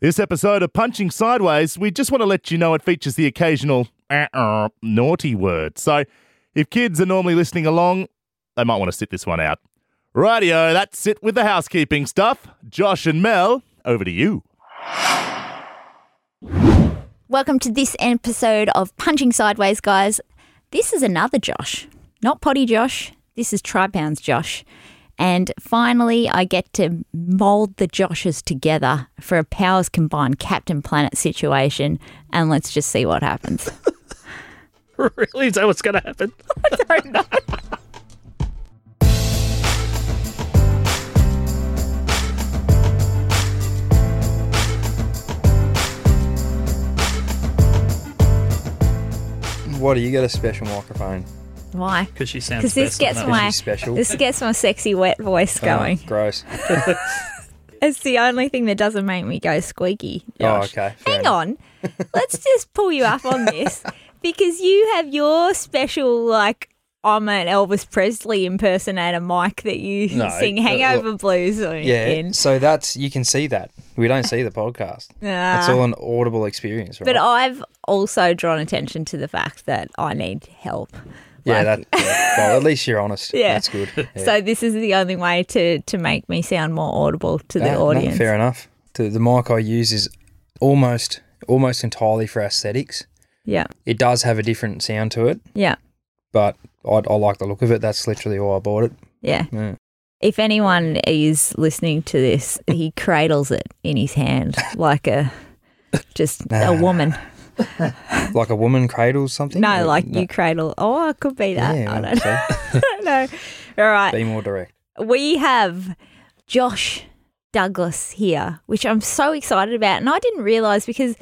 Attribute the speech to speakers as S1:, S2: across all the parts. S1: This episode of Punching Sideways, we just want to let you know it features the occasional uh-uh, naughty word. So if kids are normally listening along, they might want to sit this one out. Rightio, that's it with the housekeeping stuff. Josh and Mel, over to you.
S2: Welcome to this episode of Punching Sideways, guys. This is another Josh, not Potty Josh. This is Tri Pounds Josh. And finally, I get to mold the Joshes together for a powers combined Captain Planet situation. And let's just see what happens.
S3: really? Is that what's going to happen?
S4: What do you got a special microphone?
S2: Why?
S3: Because she sounds
S2: Because this
S3: best
S2: gets
S3: on that.
S2: my
S4: she's special.
S2: this gets my sexy wet voice going.
S4: Oh, gross.
S2: It's the only thing that doesn't make me go squeaky.
S4: Oh,
S2: Josh.
S4: okay. fair
S2: Hang
S4: enough.
S2: on. Let's just pull you up on this because you have your special, like, I'm an Elvis Presley impersonator mic that you
S4: No,
S2: sing
S4: but
S2: Hangover Blues on-
S4: Yeah.
S2: in.
S4: So that's you can see that. We don't see the podcast. It's
S2: Ah.
S4: all an audible experience, right?
S2: But I've also drawn attention to the fact that I need help.
S4: yeah,
S2: Like,
S4: that, yeah. Well, at least you're honest.
S2: Yeah.
S4: That's good. Yeah.
S2: So this is the only way to, to make me sound more audible to
S4: No,
S2: the
S4: Ah, no,
S2: audience.
S4: fair enough. The, the mic I use is almost almost entirely for aesthetics.
S2: yeah.
S4: It does have a different sound to it,
S2: Yeah.
S4: but I, I like the look of it. That's literally why I bought it.
S2: Yeah.
S4: Yeah.
S2: If anyone is listening to this, he cradles it in his hand like a just
S4: Ah.
S2: a woman.
S4: Like a woman cradles something.
S2: No,
S4: Or-
S2: like you cradle. Oh, it could be that.
S4: Yeah,
S2: I
S4: well,
S2: don't know.
S4: see?
S2: no. All right.
S4: Be more direct.
S2: We have Josh Douglas here, which I'm so excited about. And I didn't realize because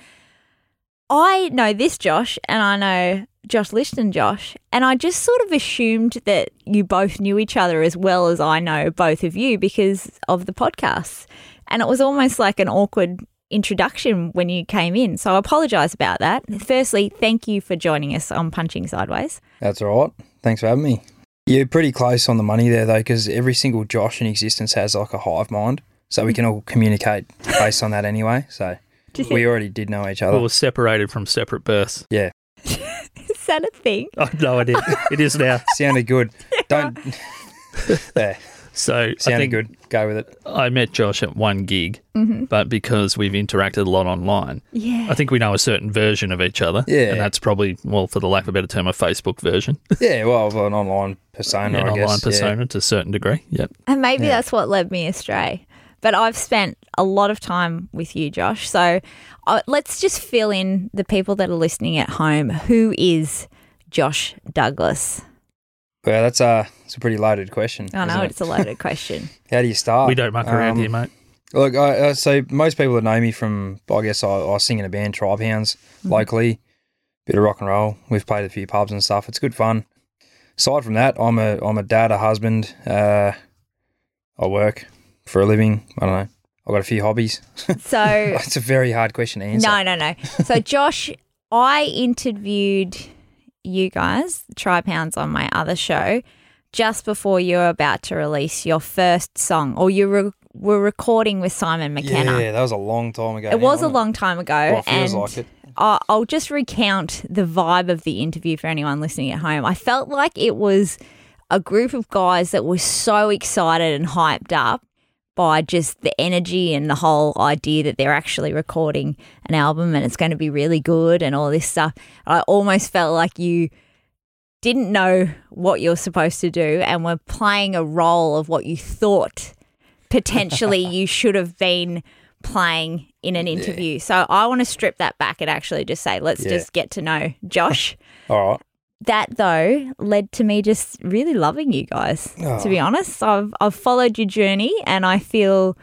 S2: I know this Josh and I know Josh Lishton Josh. And I just sort of assumed that you both knew each other as well as I know both of you because of the podcasts. And it was almost like an awkward introduction when you came in. So I apologize about that. Firstly, thank you for joining us on Punching Sideways.
S4: That's all right. Thanks for having me. You're pretty close on the money there, though, because every single Josh in existence has like a hive mind. So we can all communicate based on that anyway. So
S2: Mm. Do you think
S4: we already did know each
S3: We
S4: other.
S3: were separated from separate births.
S4: Yeah.
S2: is that a thing?
S3: Oh, no, I did. It is now.
S4: Sounded good. Don't. there.
S3: So I think
S4: Sounded good. Go with it.
S3: I met Josh at one gig,
S2: Mm-hmm.
S3: but because we've interacted a lot online,
S2: Yeah.
S3: I think we know a certain version of each other.
S4: Yeah.
S3: And that's probably, well, for the lack of a better term, a Facebook version,
S4: Yeah. Well, an online persona,
S3: an
S4: I
S3: online
S4: guess. yeah.
S3: persona to a certain degree. Yep.
S2: And maybe that's what led me astray. But I've spent a lot of time with you, Josh. So uh, let's just fill in the people that are listening at home. Who is Josh Douglas?
S4: Well, that's uh, it's a pretty loaded question.
S2: I know
S4: isn't it?
S2: it's a loaded question.
S4: How do you start?
S3: we don't muck around
S4: Um,
S3: here, mate.
S4: Look, I, uh, so most people that know me from, I guess, I, I sing in a band, Tribe Hounds,
S2: Mm.
S4: locally, bit of rock and roll. We've played a few pubs and stuff. It's good fun. Aside from that, I'm a I'm a dad, a husband. Uh, I work for a living. I don't know. I've got a few hobbies.
S2: So,
S4: it's a very hard question to answer.
S2: no, no, no. So, Josh, I interviewed you guys, Tri Pounds, on my other show just before you were about to release your first song, or you re- were recording with Simon McKenna.
S4: Yeah, that was a long time ago.
S2: It
S4: now,
S2: was a
S4: wasn't
S2: long time ago,
S4: Well, it feels
S2: and
S4: like it.
S2: I- I'll just recount the vibe of the interview for anyone listening at home. I felt like it was a group of guys that were so excited and hyped up by just the energy and the whole idea that they're actually recording an album and it's going to be really good and all this stuff. I almost felt like you didn't know what you're supposed to do and were playing a role of what you thought potentially you should have been playing in an interview. So I want to strip that back and actually just say, let's
S4: Yeah.
S2: just get to know Josh.
S4: All right.
S2: that though led to me just really loving you guys. To
S4: Oh.
S2: be honest, I've I've followed your journey and I feel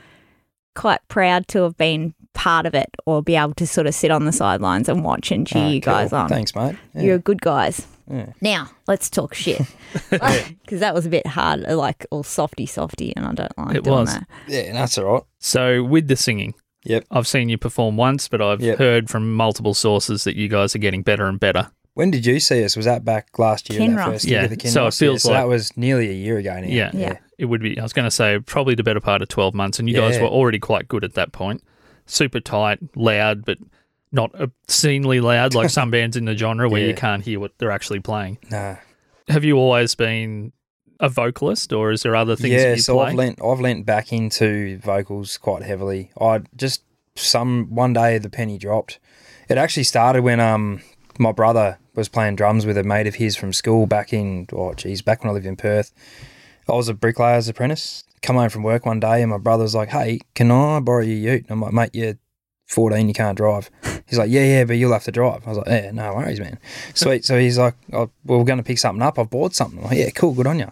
S2: quite proud to have been part of it or be able to sort of sit on the sidelines and watch and cheer
S4: Ah,
S2: you guys
S4: cool.
S2: on.
S4: Thanks, mate. Yeah.
S2: You're good guys.
S4: Yeah.
S2: Now let's talk shit because that was a bit hard, like all softy softy, and I don't like
S3: It
S2: doing
S3: was.
S2: that.
S4: Yeah, that's all right.
S3: So with the singing,
S4: Yep.
S3: I've seen you perform once, but I've
S4: Yep.
S3: heard from multiple sources that you guys are getting better and better.
S4: When did you see us? Was that back last year?
S2: Kinross.
S4: That first
S3: Yeah,
S4: gig at the
S3: so it
S4: Kinross?
S3: feels
S4: Yeah, so
S3: like-
S4: that was nearly a year ago now.
S3: Yeah.
S2: Yeah.
S3: It would be, I was going to say, probably the better part of 12 months, and you guys
S4: Yeah.
S3: were already quite good at that point. super tight, loud, but not obscenely loud like some bands in the genre where
S4: Yeah.
S3: you can't hear what they're actually playing.
S4: Nah.
S3: Have you always been a vocalist, or is there other things
S4: yeah,
S3: that you
S4: so
S3: play?
S4: I've lent I've lent back into vocals quite heavily. I just some one day the penny dropped. It actually started when um my brother was playing drums with a mate of his from school back in oh geez back when I lived in Perth. I was a bricklayer's apprentice. Come home from work one day and my brother was like, "Hey, can I borrow your ute?" And I'm like, "Mate, you're 14, you can't drive." He's like, "Yeah, yeah, but you'll have to drive." I was like, "Yeah, no worries, man." Sweet. so he's like, oh, well, "We're going to pick something up. I've bought something." I'm like, "Yeah, cool, good on you."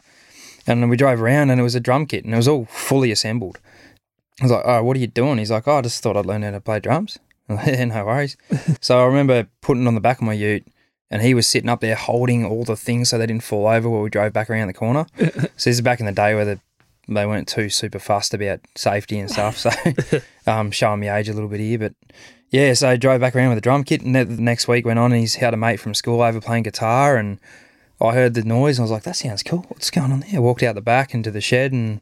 S4: And then we drove around and it was a drum kit and it was all fully assembled. I was like, oh, what are you doing? He's like, oh, I just thought I'd learn how to play drums. I'm like, yeah, no worries. so I remember putting it on the back of my ute and he was sitting up there holding all the things so they didn't fall over while we drove back around the corner. so this is back in the day where the, they weren't too super fussed about safety and stuff. So um, showing me age a little bit here. But yeah, so I drove back around with a drum kit and the the next week went on and he's had a mate from school over playing guitar and I heard the noise and I was like, that sounds cool. What's going on there? I walked out the back into the shed and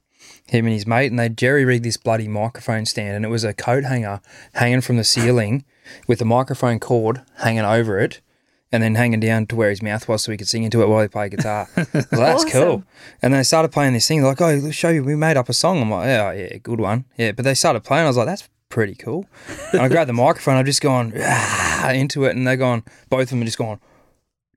S4: him and his mate and they jerry rigged this bloody microphone stand and it was a coat hanger hanging from the ceiling with the microphone cord hanging over it and then hanging down to where his mouth was so he could sing into it while he played guitar. I was like, That's cool. And they started playing this thing, like, oh, let's show you, we made up a song. I'm like, yeah, oh, yeah, good one. Yeah, but they started playing. I was like, that's pretty cool. And I grabbed the microphone, I've just gone "Ah," into it, and they're gone, both of them are just going,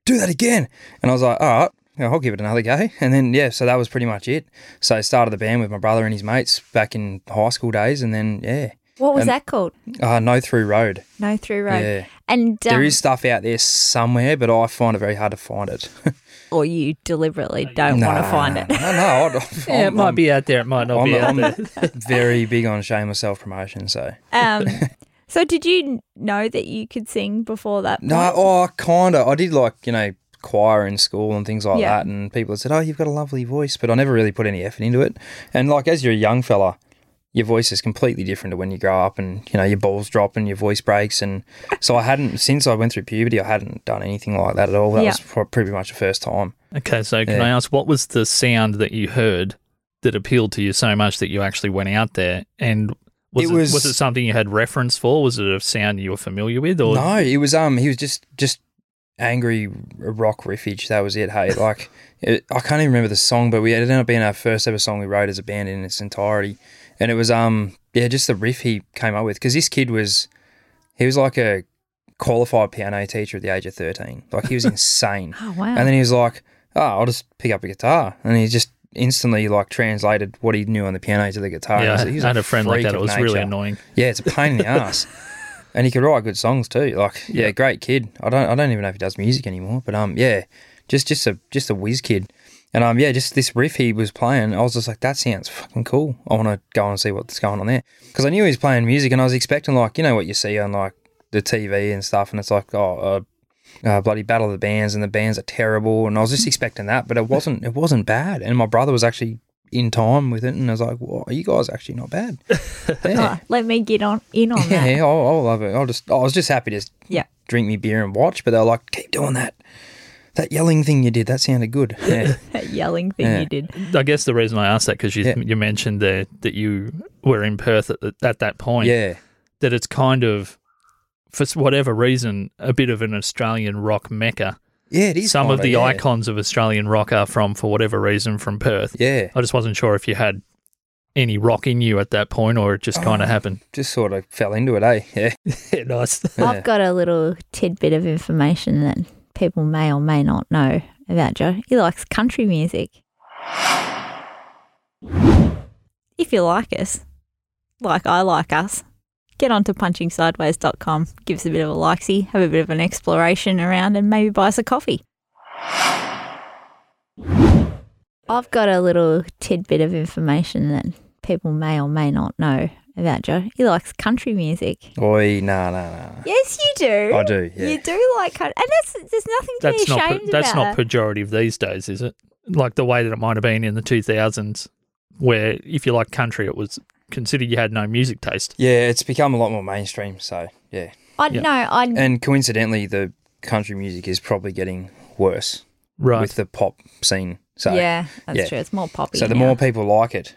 S4: do that again. And I was like, all right, yeah, I'll give it another go. And then, yeah, so that was pretty much it. So I started the band with my brother and his mates back in high school days. And then, yeah,
S2: What was
S4: And-
S2: that called?
S4: uh, No Through Road.
S2: No through road.
S4: Yeah.
S2: And um,
S4: There is stuff out there somewhere, but I find it very hard to find it.
S2: or you deliberately don't want to find it.
S4: No, no, I, I'm,
S3: yeah, it might
S4: I'm-
S3: be out there. It might not
S4: I'm,
S3: be out there.
S4: I'm very big on shame or self promotion. So,
S2: Um, so did you know that you could sing before that?
S4: No,
S2: point?
S4: oh, kind of. I did like, you know, choir in school and things like
S2: Yeah.
S4: that. And people had said, oh, you've got a lovely voice. But I never really put any effort into it. And like, as you're a young fella, your voice is completely different to when you grow up and, you know, your balls drop and your voice breaks. And so I hadn't, since I went through puberty, I hadn't done anything like that at all. That
S2: Yeah.
S4: was pro- pretty much the first time.
S3: Okay, so can
S4: Yeah.
S3: I ask what was the sound that you heard that appealed to you so much that you actually went out there and was
S4: It
S3: it,
S4: was-
S3: was, it something you had reference for? Was it a sound you were familiar with or
S4: No, it was, um, he was just, just angry rock riffage. That was it. Hey, like, it, I can't even remember the song, but we it ended up being our first ever song we wrote as a band in its entirety. and it was um yeah just the riff he came up with because this kid was he was like a qualified piano teacher at the age of 13 like he was insane
S2: Oh, wow.
S4: and then he was like oh i'll just pick up a guitar and he just instantly like translated what he knew on the piano to the guitar
S3: Yeah,
S4: He was-
S3: I
S4: he was
S3: had a friend like
S4: freak
S3: that. It
S4: of
S3: was really
S4: nature.
S3: annoying.
S4: yeah it's a pain in the ass and he could write good songs too like yeah great kid i don't i don't even know if he does music anymore but um yeah just just a just a whiz kid and um yeah just this riff he was playing i was just like that sounds fucking cool i want to go and see what's going on there because i knew he was playing music and i was expecting like you know what you see on like the tv and stuff and it's like oh uh, uh, bloody battle of the bands and the bands are terrible and i was just expecting that but it wasn't it wasn't bad and my brother was actually in time with it and i was like well you guys are actually not bad yeah
S2: Oh, let me get on in on
S4: yeah,
S2: that.
S4: yeah, I'll, I'll love it. I'll just, I was just happy to
S2: Yeah.
S4: drink me beer and watch, but they were like, keep doing that. That yelling thing you did, that sounded good. Yeah.
S2: That yelling thing
S4: Yeah.
S2: you did.
S3: I guess the reason I asked that because you
S4: Yeah.
S3: you mentioned there that you were in Perth at, the, at that point.
S4: yeah.
S3: That it's kind of for whatever reason a bit of an Australian rock mecca.
S4: Yeah, it is.
S3: Some of
S4: kinda,
S3: the
S4: yeah.
S3: icons of Australian rock are from for whatever reason from Perth.
S4: Yeah.
S3: I just wasn't sure if you had any rock in you at that point or it just kind
S4: Oh.
S3: of happened.
S4: Just sort of fell into it, eh? Yeah.
S3: Yeah, nice.
S4: Yeah.
S2: I've got a little tidbit of information that people may or may not know about Joe. He likes country music. If you like us, like I like us, get onto punchingsideways.com, give us a bit of a likesy, have a bit of an exploration around, and maybe buy us a coffee. I've got a little tidbit of information that people may or may not know about Joe. He likes country music.
S4: Oi, nah, nah, nah.
S2: Yes, you do.
S4: I do, yeah.
S2: You do like cut, and that's there's nothing to
S3: That's
S2: be
S3: not
S2: ashamed
S3: pe- that's
S2: about.
S3: not pejorative these days, is it? Like the way that it might have been in the 2000s where if you like country it was considered you had no music taste.
S4: Yeah, it's become a lot more mainstream, so yeah.
S2: I
S3: Yeah.
S2: no, I
S4: And coincidentally, the country music is probably getting worse
S3: Right.
S4: with the pop scene. So,
S2: yeah, that's
S4: yeah.
S2: true. It's more poppy.
S4: so the
S2: now.
S4: more people like it,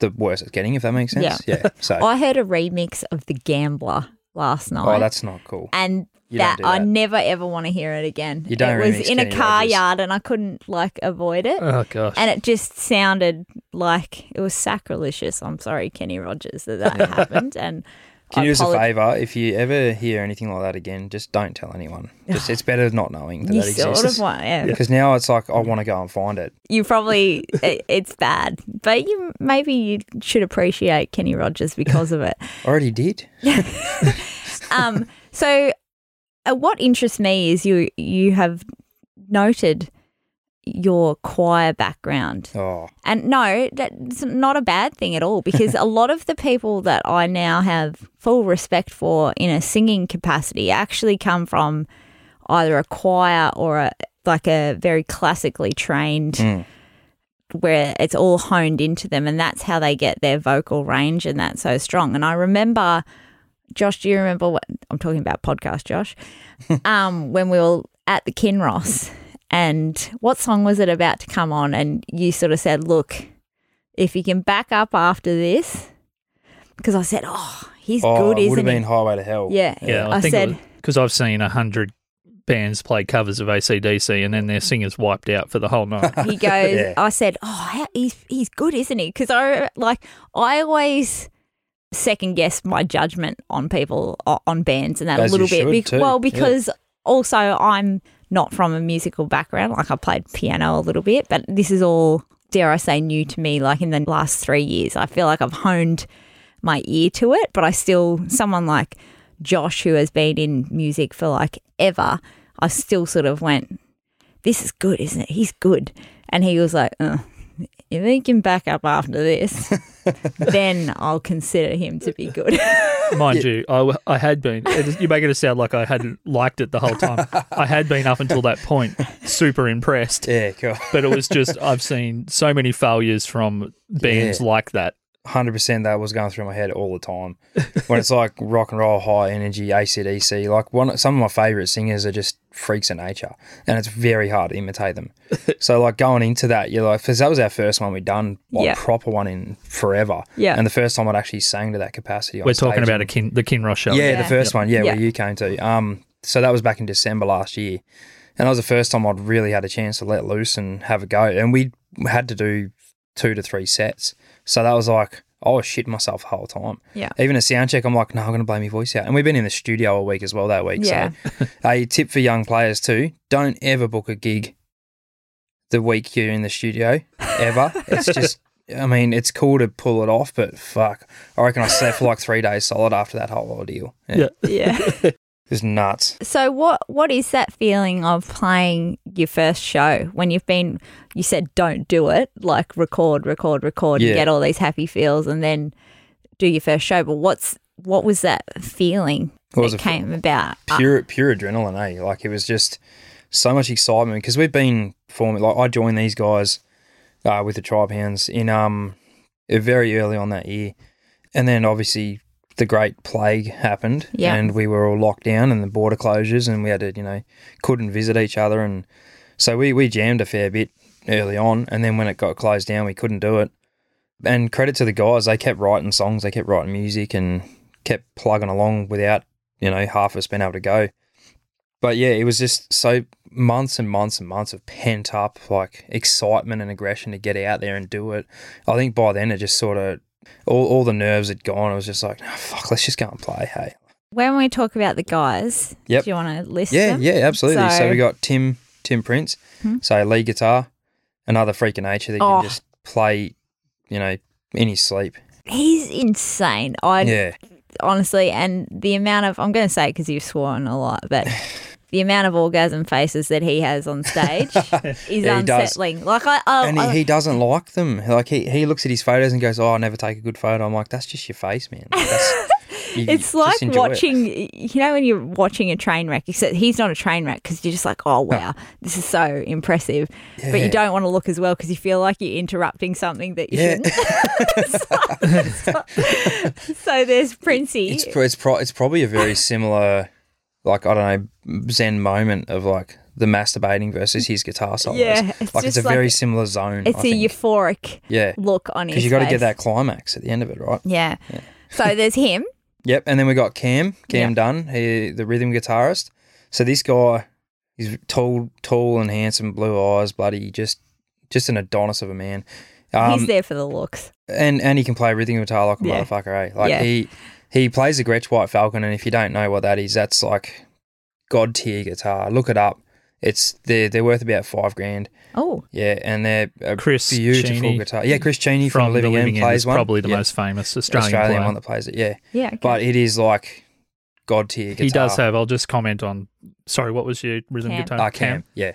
S4: the worse it's getting, if that makes sense. Yeah. So,
S2: I heard a remix of The Gambler last night.
S4: oh, that's not cool.
S2: and
S4: You
S2: that,
S4: don't do
S2: I
S4: that.
S2: never ever want to hear it again.
S4: You don't
S2: it was
S4: remix
S2: in a
S4: Kenny
S2: car
S4: Rogers.
S2: yard and I couldn't like avoid it.
S3: Oh gosh.
S2: and it just sounded like it was sacrilegious. I'm sorry, Kenny Rogers, that that happened. And
S4: Can
S2: I
S4: you do us a
S2: apolog-
S4: favour? If you ever hear anything like that again, just don't tell anyone. Just, it's better not knowing that
S2: You
S4: that
S2: sort of
S4: exists.
S2: want, yeah.
S4: Because now it's like, I want to go and find it.
S2: You probably it, it's bad, but you maybe you should appreciate Kenny Rogers because of it.
S4: I already did.
S2: Um, so uh, what interests me is you you have noted your choir background.
S4: Oh,
S2: And no, that's not a bad thing at all because a lot of the people that I now have full respect for in a singing capacity actually come from either a choir or a like a very classically trained
S4: Mm.
S2: where it's all honed into them and that's how they get their vocal range and that's so strong. And I remember Josh, do you remember what I'm talking about podcast, Josh? um, when we were at the Kinross and what song was it about to come on? And you sort of said, Look, if you can back up after this because I said, Oh, he's
S4: oh
S2: good,
S4: it
S2: isn't
S4: would have been
S2: he?
S4: Highway to Hell.
S2: Yeah.
S3: yeah, I,
S2: I
S3: think
S2: said-
S3: because I've seen a hundred bands play covers of ACDC and then their singers wiped out for the whole night.
S2: He goes,
S4: Yeah.
S2: I said, Oh, how, he's, he's good, isn't he? Because I like, I always second guess my judgment on people, o- on bands and that
S4: As
S2: a
S4: you
S2: little bit.
S4: should too,
S2: Well,
S4: yeah.
S2: because also I'm not from a musical background. Like, I played piano a little bit, but this is all, dare I say, new to me. Like, in the last three years, I feel like I've honed my ear to it, but I still, someone like Josh, who has been in music for like ever, I still sort of went, this is good, isn't it? He's good. And he was like, "Uh, if he can back up after this, then I'll consider him to be good.
S3: Mind you, I, w- I had been. It is, you make it sound like I hadn't liked it the whole time. I had been up until that point super impressed,
S4: Yeah, cool.
S3: but it was just I've seen so many failures from bands
S4: Yeah.
S3: like that.
S4: hundred percent that was going through my head all the time. when it's like rock and roll, high energy, ACDC, like one some of my favourite singers are just freaks of nature. And it's very hard to imitate them. so like going into that, you're like, because that was our first one we'd done, like
S2: Yeah.
S4: proper one in forever.
S2: Yeah.
S4: And the first time I'd actually sang to that capacity. On
S3: We're talking
S4: stage.
S3: about a kin, the Kinross show.
S4: Yeah,
S2: Yeah.
S4: the first one, yeah,
S2: Yeah.
S4: where you came to. Um, so that was back in December last year, and that was the first time I'd really had a chance to let loose and have a go. And we had to do two to three sets, so that was like I was shitting myself the whole time.
S2: Yeah.
S4: Even a sound check, I'm like, no, I'm gonna blow my voice out. And we've been in the studio all week as well that week.
S2: Yeah.
S4: So a tip for young players too: don't ever book a gig the week you're in the studio ever. it's just. I mean, it's cool to pull it off, but fuck, I reckon I slept for like three days solid after that whole ordeal. Yeah.
S2: yeah.
S4: It's nuts.
S2: So what what is that feeling of playing your first show when you've been you said don't do it, like record, record, record, you
S4: Yeah.
S2: get all these happy feels and then do your first show. But what's what was that feeling
S4: What was
S2: that
S4: it feel-
S2: came about? Uh,
S4: Pure, pure adrenaline, eh? Like it was just so much excitement because we've been forming. Like I joined these guys uh, with the tribe hounds in um very early on that year, and then obviously the great plague happened,
S2: Yeah.
S4: and we were all locked down and the border closures, and we had to you know couldn't visit each other, and so we we jammed a fair bit early on, and then when it got closed down, we couldn't do it. And credit to the guys, they kept writing songs, they kept writing music, and kept plugging along without you know half of us being able to go. But yeah, it was just so months and months and months of pent up like excitement and aggression to get out there and do it. I think by then it just sort of all, all the nerves had gone. I was just like, "Nah, fuck, let's just go and play. Hey,
S2: when we talk about the guys,
S4: Yep.
S2: do you want to list
S4: yeah,
S2: them?
S4: yeah, absolutely. So,
S2: So- Hmm?
S4: we got Tim Tim Prince, so lead guitar, another freak of nature that you
S2: Oh.
S4: can just play, you know, in his sleep.
S2: He's insane. I
S4: yeah,
S2: honestly, and the amount of I'm going to say because you've sworn a lot, but the amount of orgasm faces that he has on stage is
S4: Yeah, he does.
S2: unsettling. Like I, I,
S4: and
S2: oh, I-
S4: he, he doesn't like them. Like he, he looks at his photos and goes, "Oh, I never take a good photo." I'm like, "That's just your face, man." Like, that's- you-
S2: it's
S4: just
S2: like
S4: enjoy it.
S2: watching, you know, when you're watching a train wreck. Except he's not a train wreck because you're just like, oh wow, this is so impressive, but
S4: Yeah.
S2: you don't want to look as well because you feel like you're interrupting something that you
S4: Yeah.
S2: shouldn't. so, so- so there's Princey.
S4: It's pro- it's pro- it's probably a very similar, like I don't know, Zen moment of like the masturbating versus his guitar solos.
S2: Yeah, it's
S4: like it's a
S2: just like-
S4: very similar zone.
S2: It's
S4: I
S2: a
S4: think.
S2: euphoric
S4: yeah,
S2: look on his
S4: because you got to get
S2: face.
S4: that climax at the end of it, right?
S2: Yeah. so there's him.
S4: Yep. And then we got Cam, Cam
S2: Yeah.
S4: Dunn, he, the rhythm guitarist. So this guy, he's tall, tall and handsome, blue eyes, bloody just, just an Adonis of a man. Um,
S2: He's there for the looks.
S4: and and he can play rhythm guitar like a
S2: Yeah.
S4: motherfucker, eh? Like
S2: Yeah.
S4: he he plays the Gretsch White Falcon, and if you don't know what that is, that's like god tier guitar. Look it up. It's they're they're worth about five grand.
S2: Oh,
S4: Yeah, and they're a
S3: Chris
S4: beautiful
S3: Cheney
S4: guitar. Yeah, Chris Cheney from,
S3: from
S4: Living,
S3: the Living
S4: End
S3: End
S4: plays
S3: is
S4: one.
S3: probably the
S4: Yeah,
S3: most famous Australian,
S4: Australian,
S3: player.
S4: one that plays it. Yeah,
S2: yeah. okay.
S4: but it is like god tier guitar.
S3: He does uh, have. I'll just comment on. Sorry, what was your rhythm
S2: Cam.
S3: guitar?
S4: Ah, Cam. Yeah,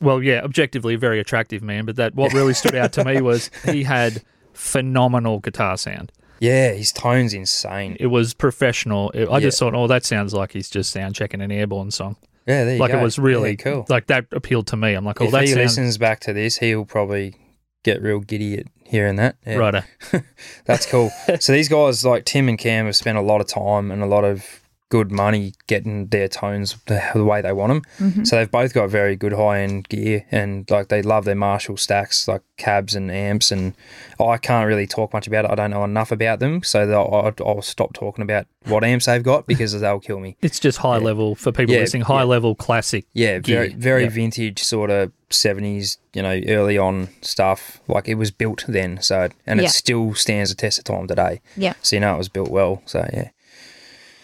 S3: Well, yeah, objectively a very attractive man, but that what really stood out to me was he had phenomenal guitar sound.
S4: yeah, his tone's insane.
S3: It was professional. It, I just
S4: Yeah.
S3: thought, oh, that sounds like he's just sound checking an airborne song.
S4: Yeah, there you
S3: Like
S4: go.
S3: it was really
S4: Yeah, cool.
S3: Like that appealed to me. I'm like, oh,
S4: if
S3: that
S4: he
S3: sounds
S4: listens back to this, he'll probably get real giddy at hearing that. Yeah.
S3: righter.
S4: That's cool. so these guys like Tim and Cam have spent a lot of time and a lot of good money getting their tones the, the way they want them.
S3: Mm-hmm.
S4: So they've both got very good high end gear and like they love their Marshall stacks like cabs and amps and I can't really talk much about it. I don't know enough about them, so they'll- I'll, I'll stop talking about what amps they've got because they'll kill me.
S3: It's just high level for people
S4: Yeah,
S3: listening. High
S4: yeah.
S3: level classic.
S4: Yeah, very
S3: gear.
S4: very
S3: Yeah.
S4: vintage sort of seventies, you know, early on stuff. Like it was built then, so and
S2: Yeah.
S4: it still stands the test of time today.
S2: Yeah.
S4: So you know it was built well. So yeah.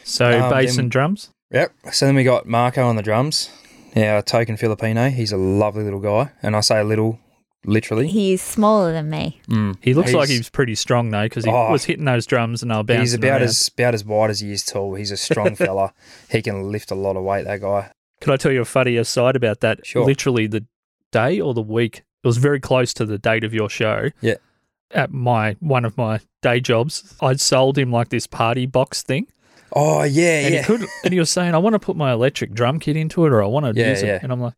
S3: So
S4: Um,
S3: bass
S4: then-
S3: and drums.
S4: Yep. So then we got Marco on the drums. Yeah, a token Filipino. He's a lovely little guy, and I say little, literally.
S2: He is smaller than me.
S3: He looks like
S4: He's-
S3: he's pretty strong though, because he
S4: Oh.
S3: was hitting those drums and they were bouncing.
S4: He's
S3: around.
S4: about as about as wide as he is tall. He's a strong fella. He can lift a lot of weight. That guy.
S3: Could I tell you a funny aside about that?
S4: Sure.
S3: Literally the day or the week, it was very close to the date of your show.
S4: Yeah.
S3: At my one of my day jobs, I'd sold him like this party box thing,
S4: Oh yeah,
S3: and
S4: yeah.
S3: he could, and he was saying, "I want to put my electric drum kit into it, or I want to
S4: Yeah,
S3: use it,"
S4: yeah.
S3: and I'm like.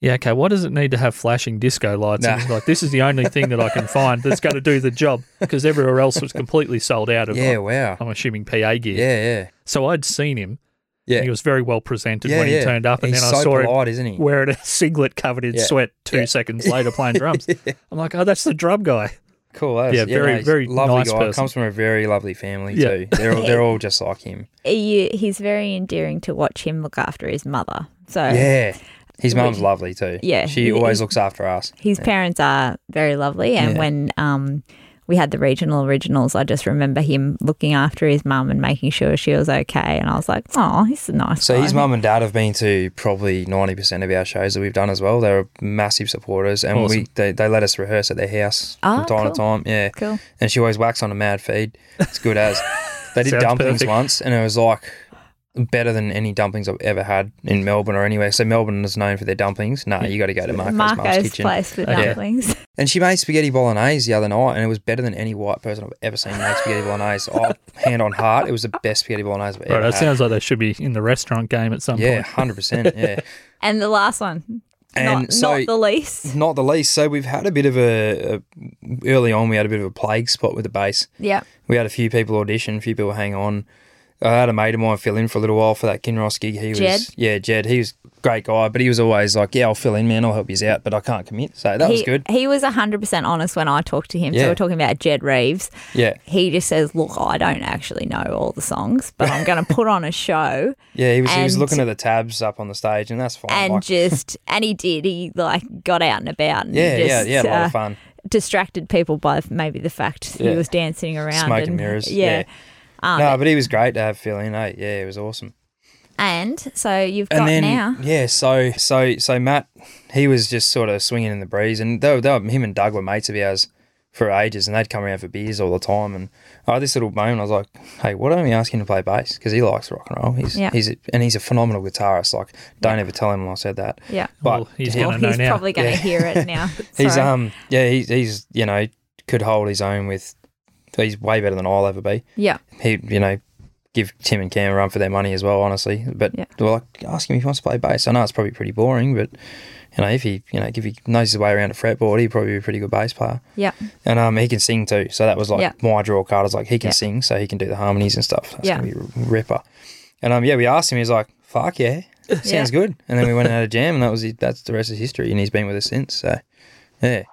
S3: Yeah, okay. Why does it need to have flashing disco lights? And
S4: Nah.
S3: he's like, this is the only thing that I can find that's going to do the job because everywhere else was completely sold out of,
S4: yeah.
S3: I'm,
S4: Wow.
S3: I'm assuming, PA gear.
S4: Yeah, yeah,
S3: So I'd seen him.
S4: yeah.
S3: And he was very well presented
S4: yeah,
S3: when he
S4: yeah.
S3: turned up, and
S4: He's
S3: then
S4: so
S3: I saw him
S4: polite, isn't he?
S3: wearing a singlet covered in
S4: Yeah.
S3: sweat two
S4: Yeah.
S3: seconds later playing drums. I'm like, oh, that's the drum guy.
S4: Cool. That is,
S3: Yeah, very-
S4: he's a
S3: very
S4: lovely
S3: nice
S4: guy.
S3: person.
S4: Comes from a very lovely family
S3: Yeah.
S4: too. They're all, they're all just like him.
S2: He- he's very endearing to watch him look after his mother. So
S4: Yeah. His mum's lovely too.
S2: Yeah,
S4: She
S2: he-
S4: always
S2: he-
S4: looks after us.
S2: his parents are very lovely. And
S4: Yeah.
S2: when um, we had the regional originals, I just remember him looking after his mum and making sure she was okay. And I was like, oh, he's a nice
S4: So
S2: guy.
S4: his mum and dad have been to probably ninety percent of our shows that we've done as well. They're massive supporters, and we
S3: Awesome.
S4: they, they let us rehearse at their house
S2: Ah,
S4: from time
S2: cool.
S4: to time. Yeah,
S2: Cool.
S4: and she always whacks on a mad feed. It's good as they did
S3: Sounds
S4: dumplings
S3: perfect.
S4: once, and it was like better than any dumplings I've ever had in Melbourne or anywhere. So Melbourne is known for their dumplings. Nah, you got to go to Marco's, Marco's
S2: Marco's
S4: Kitchen.
S2: place for
S3: Okay.
S2: dumplings.
S4: And she made spaghetti bolognese the other night, and it was better than any white person I've ever seen make spaghetti bolognese. Oh, hand on heart, it was the best spaghetti bolognese I've ever
S3: Right, that
S4: had.
S3: sounds like they should be in the restaurant game at some
S4: yeah,
S3: point.
S4: hundred percent. Yeah,
S2: And the last one,
S4: and
S2: not,
S4: so
S2: not the least.
S4: not the least. So we've had a bit of a, a early on. We had a bit of a plague spot with the bass.
S2: Yeah.
S4: We had a few people audition, a few people hang on. I had a mate of mine fill in for a little while for that Kinross gig. He
S2: Jed?
S4: was yeah, Jed. He was a great guy, but he was always like, "Yeah, I'll fill in, man. I'll help you out, but I can't commit." So that
S2: he,
S4: was good.
S2: He was 100% honest when I talked to him. So
S4: Yeah.
S2: we're talking about Jed Reeves.
S4: Yeah,
S2: He just says, Look, I don't actually know all the songs, but I'm going to put on a show.
S4: yeah. He was he was
S2: And-
S4: looking at the tabs up on the stage, and that's fine.
S2: and
S4: like-
S2: just, and he did. He like got out and about and
S4: yeah,
S2: just
S4: yeah, yeah, a lot
S2: uh,
S4: of fun.
S2: distracted people by maybe the fact he
S4: Yeah.
S2: was dancing around.
S4: Smoke
S2: and
S4: and mirrors.
S2: Yeah. Um,
S4: Yeah. no, but he was great to have Phil in. Eh? Yeah, it was awesome.
S2: And so you've
S4: And
S2: got
S4: then
S2: now.
S4: yeah, so so so Matt, he was just sort of swinging in the breeze, and they were, they were, him and Doug were mates of ours for ages, and they'd come around for beers all the time. And I had this little moment. I was like, hey, why don't we ask him to play bass? Because he likes rock and roll. He's
S2: Yeah.
S4: he's a, and he's a phenomenal guitarist. Like, don't ever tell him I said that.
S2: Yeah.
S4: But
S3: Well, he's
S4: he-
S3: gonna
S2: Well,
S3: know
S2: he's
S3: now.
S2: probably going to
S4: Yeah.
S2: hear it now.
S4: He's
S2: Sorry.
S4: um yeah he's he's you know could hold his own with. He's way better than I'll ever be
S2: yeah.
S4: he you know give Tim and Cam a run for their money as well, honestly. But
S2: Yeah.
S4: well, like ask him if he wants to play bass. I know it's probably pretty boring, but you know if he you know if he knows his way around a fretboard, he'd probably be a pretty good bass player.
S2: Yeah.
S4: And um, he can sing too, so that was like
S2: Yeah.
S4: my draw card. I was like, he can
S2: Yeah.
S4: sing, so he can do the harmonies and stuff. That's
S2: Yeah.
S4: gonna be a ripper. And um, yeah, we asked him. He's like, fuck yeah. Sounds good. And then we went and had a jam, and that was his, that's the rest is history. And he's been with us since. So, yeah,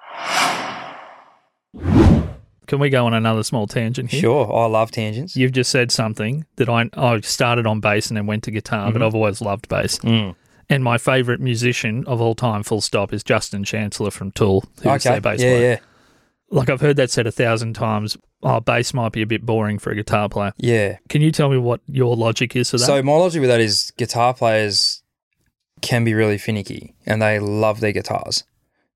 S3: Can we go on another small tangent here?
S4: sure. I love tangents.
S3: You've just said something that I I started on bass and then went to guitar, but I've always loved bass.
S4: Mm-hmm. Mm.
S3: And my favourite musician of all time, full stop, is Justin Chancellor from Tool, who's
S4: Okay.
S3: their bass
S4: yeah,
S3: player.
S4: yeah,
S3: Like I've heard that said a thousand times. Oh, bass might be a bit boring for a guitar player.
S4: yeah.
S3: Can you tell me what your logic is for that?
S4: So my logic with that is guitar players can be really finicky, and they love their guitars.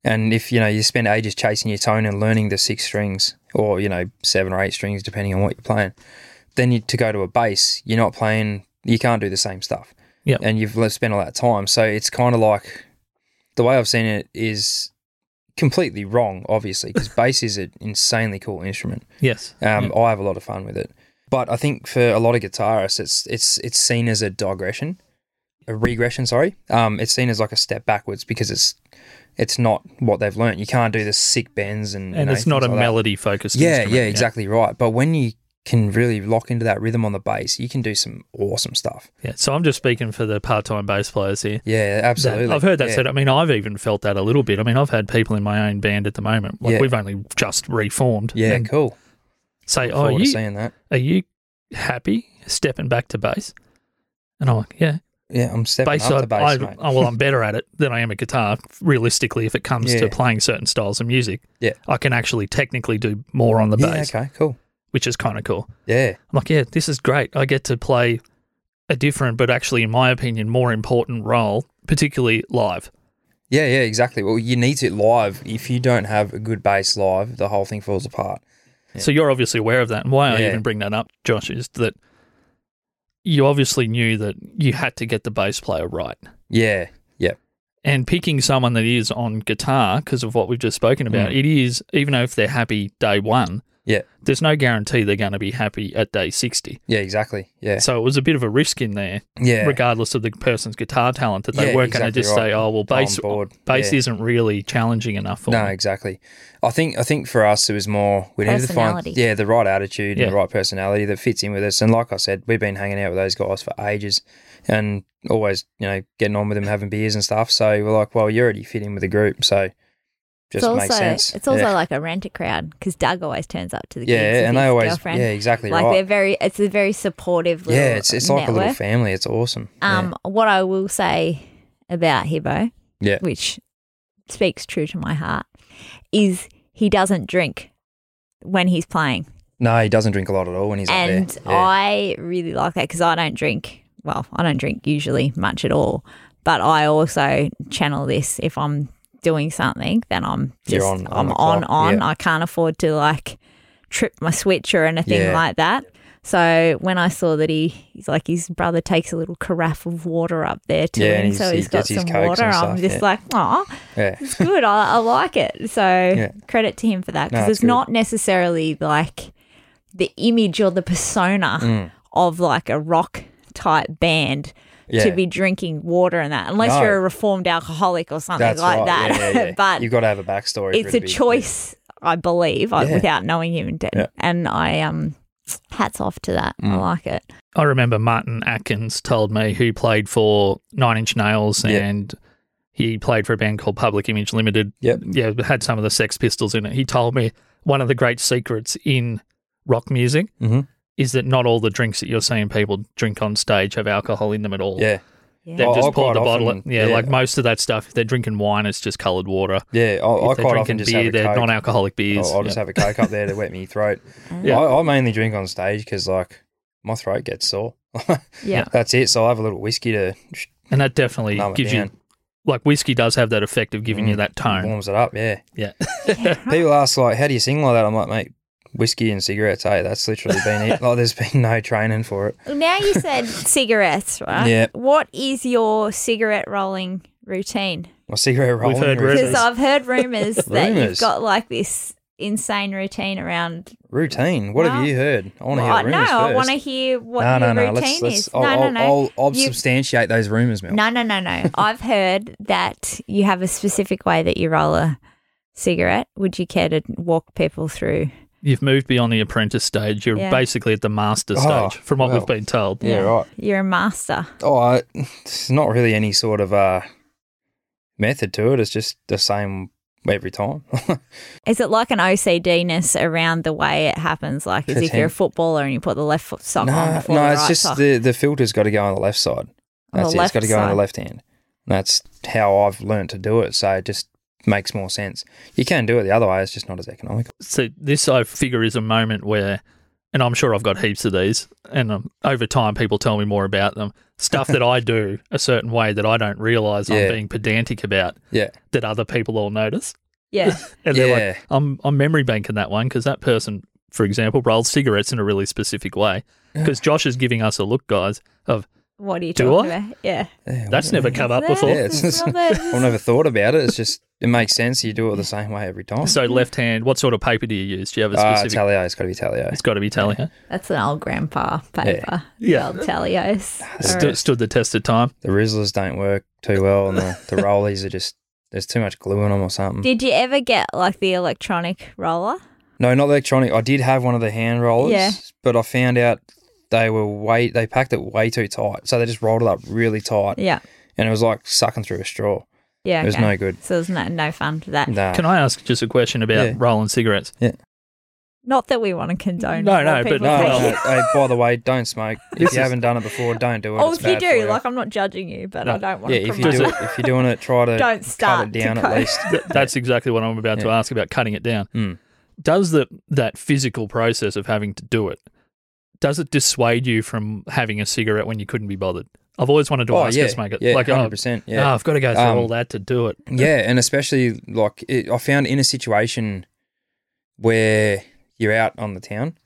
S4: And if you know you spend ages chasing your tone and learning the six strings, or you know seven or eight strings, depending on what you're playing, then you, to go to a bass, you're not playing. You can't do the same stuff.
S3: Yep.
S4: and you've le- spent all that time. So it's kind of like the way I've seen it is completely wrong, obviously, because bass is an insanely cool instrument.
S3: yes.
S4: Um, I have a lot of fun with it, but I think for a lot of guitarists, it's it's it's seen as a digression, a regression. Sorry, um, it's seen as like a step backwards because it's it's not what they've learnt. You can't do the sick bends and you
S3: and
S4: know,
S3: it's not a
S4: things like that.
S3: melody focused.
S4: Yeah, yeah, exactly right. But when you can really lock into that rhythm on the bass, you can do some awesome stuff.
S3: Yeah. So I'm just speaking for the part-time bass players here.
S4: Yeah, absolutely.
S3: I've heard that
S4: yeah.
S3: said. I mean, I've even felt that a little bit. I mean, I've had people in my own band at the moment. Like
S4: Yeah.
S3: we've only just reformed.
S4: Yeah,
S3: and
S4: cool.
S3: Say,
S4: Forward
S3: oh,
S4: to
S3: you,
S4: seeing that.
S3: are you happy stepping back to bass? And I'm like, yeah,
S4: Yeah, I'm stepping
S3: bass.
S4: up
S3: I,
S4: to bass,
S3: I-
S4: mate.
S3: oh, well, I'm better at it than I am at guitar. Realistically, if it comes to
S4: Yeah.
S3: playing certain styles of music,
S4: Yeah.
S3: I can actually technically do more on the
S4: yeah,
S3: bass,
S4: okay, cool.
S3: which is kind of cool.
S4: Yeah,
S3: I'm like, yeah, this is great. I get to play a different, but actually, in my opinion, more important role, particularly live.
S4: yeah, yeah, exactly. Well, you need it live. If you don't have a good bass live, the whole thing falls apart.
S3: So you're obviously aware of that. And why I
S4: Yeah.
S3: even bring that up, Josh, is that you obviously knew that you had to get the bass player right.
S4: Yeah, yeah,
S3: And picking someone that is on guitar, because of what we've just spoken about,
S4: Mm.
S3: it is, even though if they're happy day one,
S4: yeah,
S3: there's no guarantee they're going to be happy at day 60.
S4: yeah, exactly. Yeah,
S3: So it was a bit of a risk in there,
S4: yeah,
S3: regardless of the person's guitar talent, that they
S4: Yeah,
S3: weren't going to
S4: exactly
S3: just
S4: right.
S3: say, oh, well,
S4: I'm
S3: bass,
S4: bored.
S3: bass
S4: Yeah.
S3: isn't really challenging enough for
S4: No,
S3: me.
S4: exactly. I think I think for us it was more we needed to find
S2: Personality.
S4: yeah the right attitude and the
S3: Yeah.
S4: right personality that fits in with us. And like I said, we've been hanging out with those guys for ages, and always you know getting on with them, having beers and stuff. So we're like, well, you already fit in with the group, so just
S2: it's also
S4: makes sense.
S2: it's also
S4: yeah.
S2: like a rent a crowd because Doug always turns up to the gigs with
S4: yeah, and they
S2: his
S4: always
S2: girlfriend.
S4: yeah exactly
S2: like they're
S4: right.
S2: very it's a very supportive little
S4: Yeah, it's it's like a little
S2: network.
S4: family. It's awesome. Yeah.
S2: um, what I will say about Hibbo,
S4: Yeah.
S2: which speaks true to my heart, is he doesn't drink when he's playing,
S4: No, he doesn't drink a lot at all when he's
S2: and
S4: up there. Yeah.
S2: I really like that because I don't drink. Well, I don't drink usually much at all, but I also channel this if I'm doing something, then I'm
S4: You're
S2: just
S4: on- on
S2: I'm
S4: the
S2: on
S4: clock,
S2: on.
S4: yeah.
S2: I can't afford to like trip my switch or anything
S4: Yeah.
S2: like that. So when I saw that he, he's like his brother takes a little carafe of water up there to
S4: Yeah,
S2: him,
S4: and he's-
S2: so
S4: he
S2: he's got
S4: gets his
S2: some
S4: Cokes
S2: water.
S4: and
S2: I'm
S4: stuff,
S2: just
S4: yeah.
S2: like, oh,
S4: yeah.
S2: it's good. I, I like it. So credit to him for that
S4: No,
S2: because
S4: it's
S2: it's
S4: good.
S2: not necessarily like the image or the persona
S4: Mm.
S2: of like a rock type band
S4: Yeah.
S2: to be drinking water and that, unless
S4: No.
S2: you're a reformed alcoholic or something
S4: That's
S2: like
S4: right.
S2: that.
S4: Yeah, yeah, yeah.
S2: but
S4: you've got to have a backstory. for
S2: it's
S4: it
S2: a
S4: to be-
S2: choice, I believe, I,
S4: Yeah.
S2: without knowing him. And,
S4: Yeah. Mm.
S2: and I um, hats off to that. I like it.
S3: I remember Martin Atkins told me who played for Nine Inch Nails
S4: Yeah.
S3: and he played for a band called Public Image Limited.
S4: Yep.
S3: Yeah, it had some of the Sex Pistols in it. He told me one of the great secrets in rock music
S4: Mhm.
S3: is that not all the drinks that you're seeing people drink on stage have alcohol in them at all.
S4: Yeah,
S2: Yeah.
S3: They've
S4: Oh, I
S3: just poured
S4: quite
S3: the bottle.
S4: often-
S3: yeah,
S4: yeah.
S3: like most of that stuff, if they're drinking wine, it's just coloured water.
S4: yeah. I, I
S3: if they're
S4: quite often
S3: drinking
S4: just
S3: beer,
S4: have a
S3: they're
S4: coke.
S3: non-alcoholic beers.
S4: I'll, I'll just
S3: Yeah.
S4: have a coke up there to wet me throat.
S3: Yeah.
S4: I, I mainly drink on stage because like my throat gets sore.
S2: Yeah.
S4: That's it. So I have a little whiskey to sh-
S3: and that definitely
S4: numb it
S3: gives
S4: down.
S3: you, like whiskey does have that effect of giving
S4: Mm.
S3: you that tone.
S4: warms it up. Yeah.
S3: Oh. Yeah.
S4: People ask like, how do you sing like that? I'm like, mate, whiskey and cigarettes. Hey, that's literally been it. Like, there's been no training for it.
S2: Well, Now you said cigarettes, right?
S4: Yeah.
S2: What is your cigarette rolling routine?
S4: My cigarette rolling.
S3: heard
S4: routine-
S2: Because I've heard rumors that
S4: Rumours?
S2: you've got like this insane routine around.
S4: routine. What have
S2: Well,
S4: you heard? I want to
S2: Well,
S4: hear
S2: no,
S4: rumors
S2: I
S4: first.
S2: want to hear what
S4: no,
S2: your
S4: no, no.
S2: routine
S4: Let's let's.
S2: is.
S4: I'll,
S2: no,
S4: I'll,
S2: no, no,
S4: I'll, I'll
S2: You-
S4: substantiate those rumors, Mel.
S2: no, no, no, no. I've heard that you have a specific way that you roll a cigarette. Would you care to walk people through
S3: you've moved beyond the apprentice stage. You're
S2: Yeah.
S3: basically at the master
S4: Oh,
S3: stage, from what
S4: well.
S3: we've been told.
S4: Yeah, right.
S2: You're a master.
S4: Oh, I, it's not really any sort of uh, method to it. It's just the same every time.
S2: Is it like an OCD ness around the way it happens? Like as
S4: It's
S2: if you're a
S4: him.
S2: footballer and you put the left foot sock on
S4: no,
S2: before
S4: no,
S2: the
S4: it's
S2: right
S4: just
S2: sock.
S4: the, the filter's got to go on the left side.
S2: On the
S4: That's it. It's got to
S2: left
S4: go on
S2: side.
S4: the left hand. And that's how I've learnt to do it. So it just makes more sense. You can do it the other way. It's just not as economical.
S3: So this I figure is a moment where, and I'm sure I've got heaps of these, and um, over time people tell me more about them. Stuff that I do a certain way that I don't realise
S4: Yeah.
S3: I'm being pedantic about
S4: Yeah.
S3: that other people all notice,
S2: yeah.
S3: and
S4: Yeah.
S3: they're like, "I'm I'm memory banking that one because that person, for example, rolls cigarettes in a really specific way." Because Josh is giving us a look, guys, of
S2: What are you
S3: Do
S2: talking
S3: I?
S2: about? Yeah.
S4: Yeah,
S3: that's
S4: what-
S3: never come up
S2: That's
S3: before.
S4: Yeah, it's just-
S2: not bad.
S4: I've never thought about it. It's just, it makes sense. You do it the same way every time.
S3: So left hand, what sort of paper do you use? Do you have a
S4: Ah,
S3: specific?
S4: Talio. It's got to be Talio.
S3: it's got to be Talia.
S2: That's an old grandpa paper.
S3: Yeah.
S2: Old Talios.
S3: Stu-
S2: Alright.
S3: stood the test of time.
S4: The Rizzlers don't work too well, and the, the Rollies are just, there's too much glue on them or something.
S2: Did you ever get like the electronic roller?
S4: No, not electronic. I did have one of the hand rollers,
S2: Yeah.
S4: but I found out they were way they packed it way too tight, so they just rolled it up really tight,
S2: Yeah.
S4: and it was like sucking through a straw.
S2: Yeah.
S4: It was
S2: okay.
S4: no good.
S2: So there's no, no fun to that.
S4: Nah.
S3: Can I ask just a question about
S4: Yeah.
S3: rolling cigarettes?
S2: Not that we want to condone.
S3: No,
S2: what
S3: no, but
S2: people
S4: no,
S2: think.
S3: Well-
S4: no, hey, by the way, don't smoke. If you
S3: This is-
S4: haven't done it before, don't do it.
S2: Oh,
S4: It's
S2: if you
S4: bad for
S2: do, like, I'm not judging you, but
S3: No.
S2: I don't want
S4: yeah,
S2: to
S4: if you
S2: promote.
S4: do it, if you're doing it, try to
S2: Don't start
S4: cut it
S2: to
S4: down
S2: cut.
S4: at least.
S3: Th- that's exactly what I'm about to
S4: Yeah.
S3: ask about cutting it down.
S4: Mm.
S3: Does the that physical process of having to do it does it dissuade you from having a cigarette when you couldn't be bothered? I've always wanted to
S4: oh
S3: ask
S4: yeah,
S3: this, make it
S4: yeah,
S3: like
S4: hundred
S3: oh,
S4: percent. Yeah,
S3: yeah. I've got to go through
S4: Um,
S3: all that to do it.
S4: Yeah, and especially like it, I found in a situation where you're out on the town,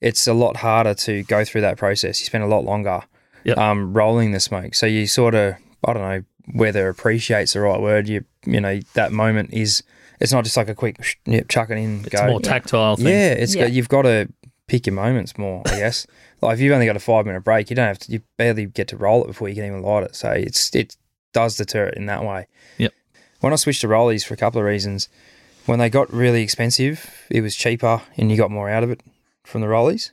S4: it's a lot harder to go through that process. You spend a lot longer
S3: Yep.
S4: um, rolling the smoke, so you sort of I don't know whether appreciates the right word. You you know that moment is it's not just like a quick sh- yep, chuck it in,
S3: It's
S4: go.
S3: more tactile thing.
S4: yeah, it's
S2: Yeah.
S4: Got, you've got to pick your moments more. I guess like if you've only got a five minute break, you don't have to. You barely get to roll it before you can even light it. So it's it does deter it in that way when I switched to rollies for a couple of reasons, when they got really expensive, it was cheaper and you got more out of it from the rollies.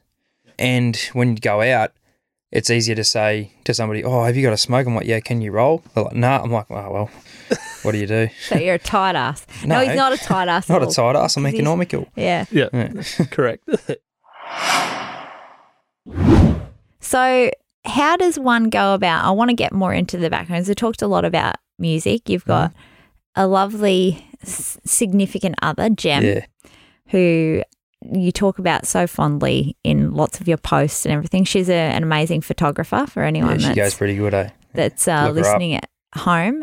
S4: And when you go out, it's easier to say to somebody, "Oh, have you got a smoke?" I'm like, "Yeah, can you roll?" They're like, "Nah." I'm like, "Oh well, what do you do?"
S2: So you're a tight ass. No,
S4: No.
S2: he's not a tight ass.
S4: Not
S2: at
S4: a
S2: all.
S4: tight ass. I'm
S2: Because he's-
S4: economical.
S2: Yeah.
S3: Yeah,
S4: Yeah.
S3: correct.
S2: So, how does one go about? I want to get more into the backgrounds. We talked a lot about music. You've
S4: Mm-hmm.
S2: got a lovely s- significant other, Gem,
S4: Yeah,
S2: who you talk about so fondly in lots of your posts and everything. She's a, an amazing photographer for
S4: yeah.
S2: anyone
S4: She goes
S2: that's,
S4: pretty good, eh?
S2: that's uh,
S4: Look her up.
S2: listening at home.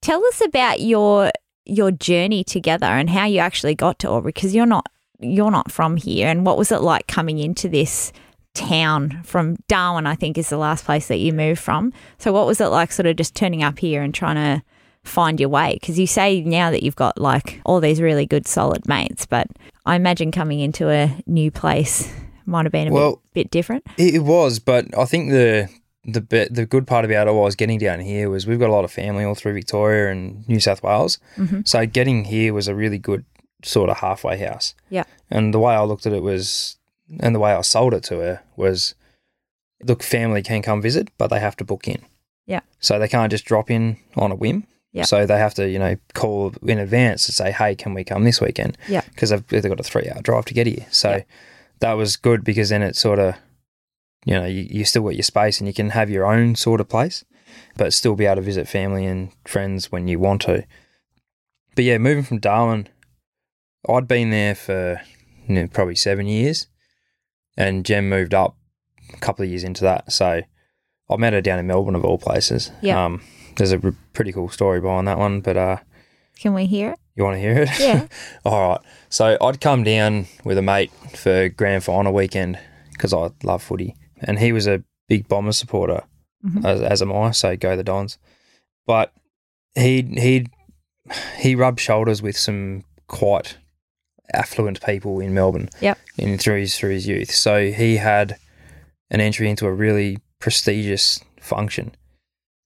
S2: Tell us about your your journey together and how you actually got to Aubrey because you're not you're not from here and what was it like coming into this town from Darwin I think is the last place that you moved from so what was it like sort of just turning up here and trying to find your way because you say now that you've got like all these really good solid mates but I imagine coming into a new place might have been a
S4: Well-
S2: bit, bit different
S4: It, it was, but I think the the be- the good part about it was getting down here was we've got a lot of family all through Victoria and New South Wales, so getting here was a really good sort of halfway house.
S2: Yeah.
S4: and the way I looked at it was, and the way I sold it to her was, look, family can come visit, but they have to book in.
S2: Yeah.
S4: so they can't just drop in on a whim.
S2: Yeah.
S4: So they have to, you know, call in advance to say, "Hey, can we come this weekend?"
S2: Yeah.
S4: because they've they've got a three-hour drive to get here. So
S2: Yeah.
S4: that was good because then it sort of you know, you, you still got your space and you can have your own sort of place, but still be able to visit family and friends when you want to. But yeah, moving from Darwin, I'd been there for you know, probably seven years, and Jem moved up a couple of years into that. So I met her down in Melbourne, of all places.
S2: Yeah.
S4: Um, there's a r- pretty cool story behind that one, but uh,
S2: can we hear it
S4: you want to hear it?
S2: yeah
S4: All right. So I'd come down with a mate for grand final weekend because I love footy, and he was a big bomber supporter,
S2: Mhm.
S4: as, as am I. So go the Dons. But he he he rubbed shoulders with some quite affluent people in Melbourne.
S2: Yep.
S4: In through his through his youth, so he had an entry into a really prestigious function.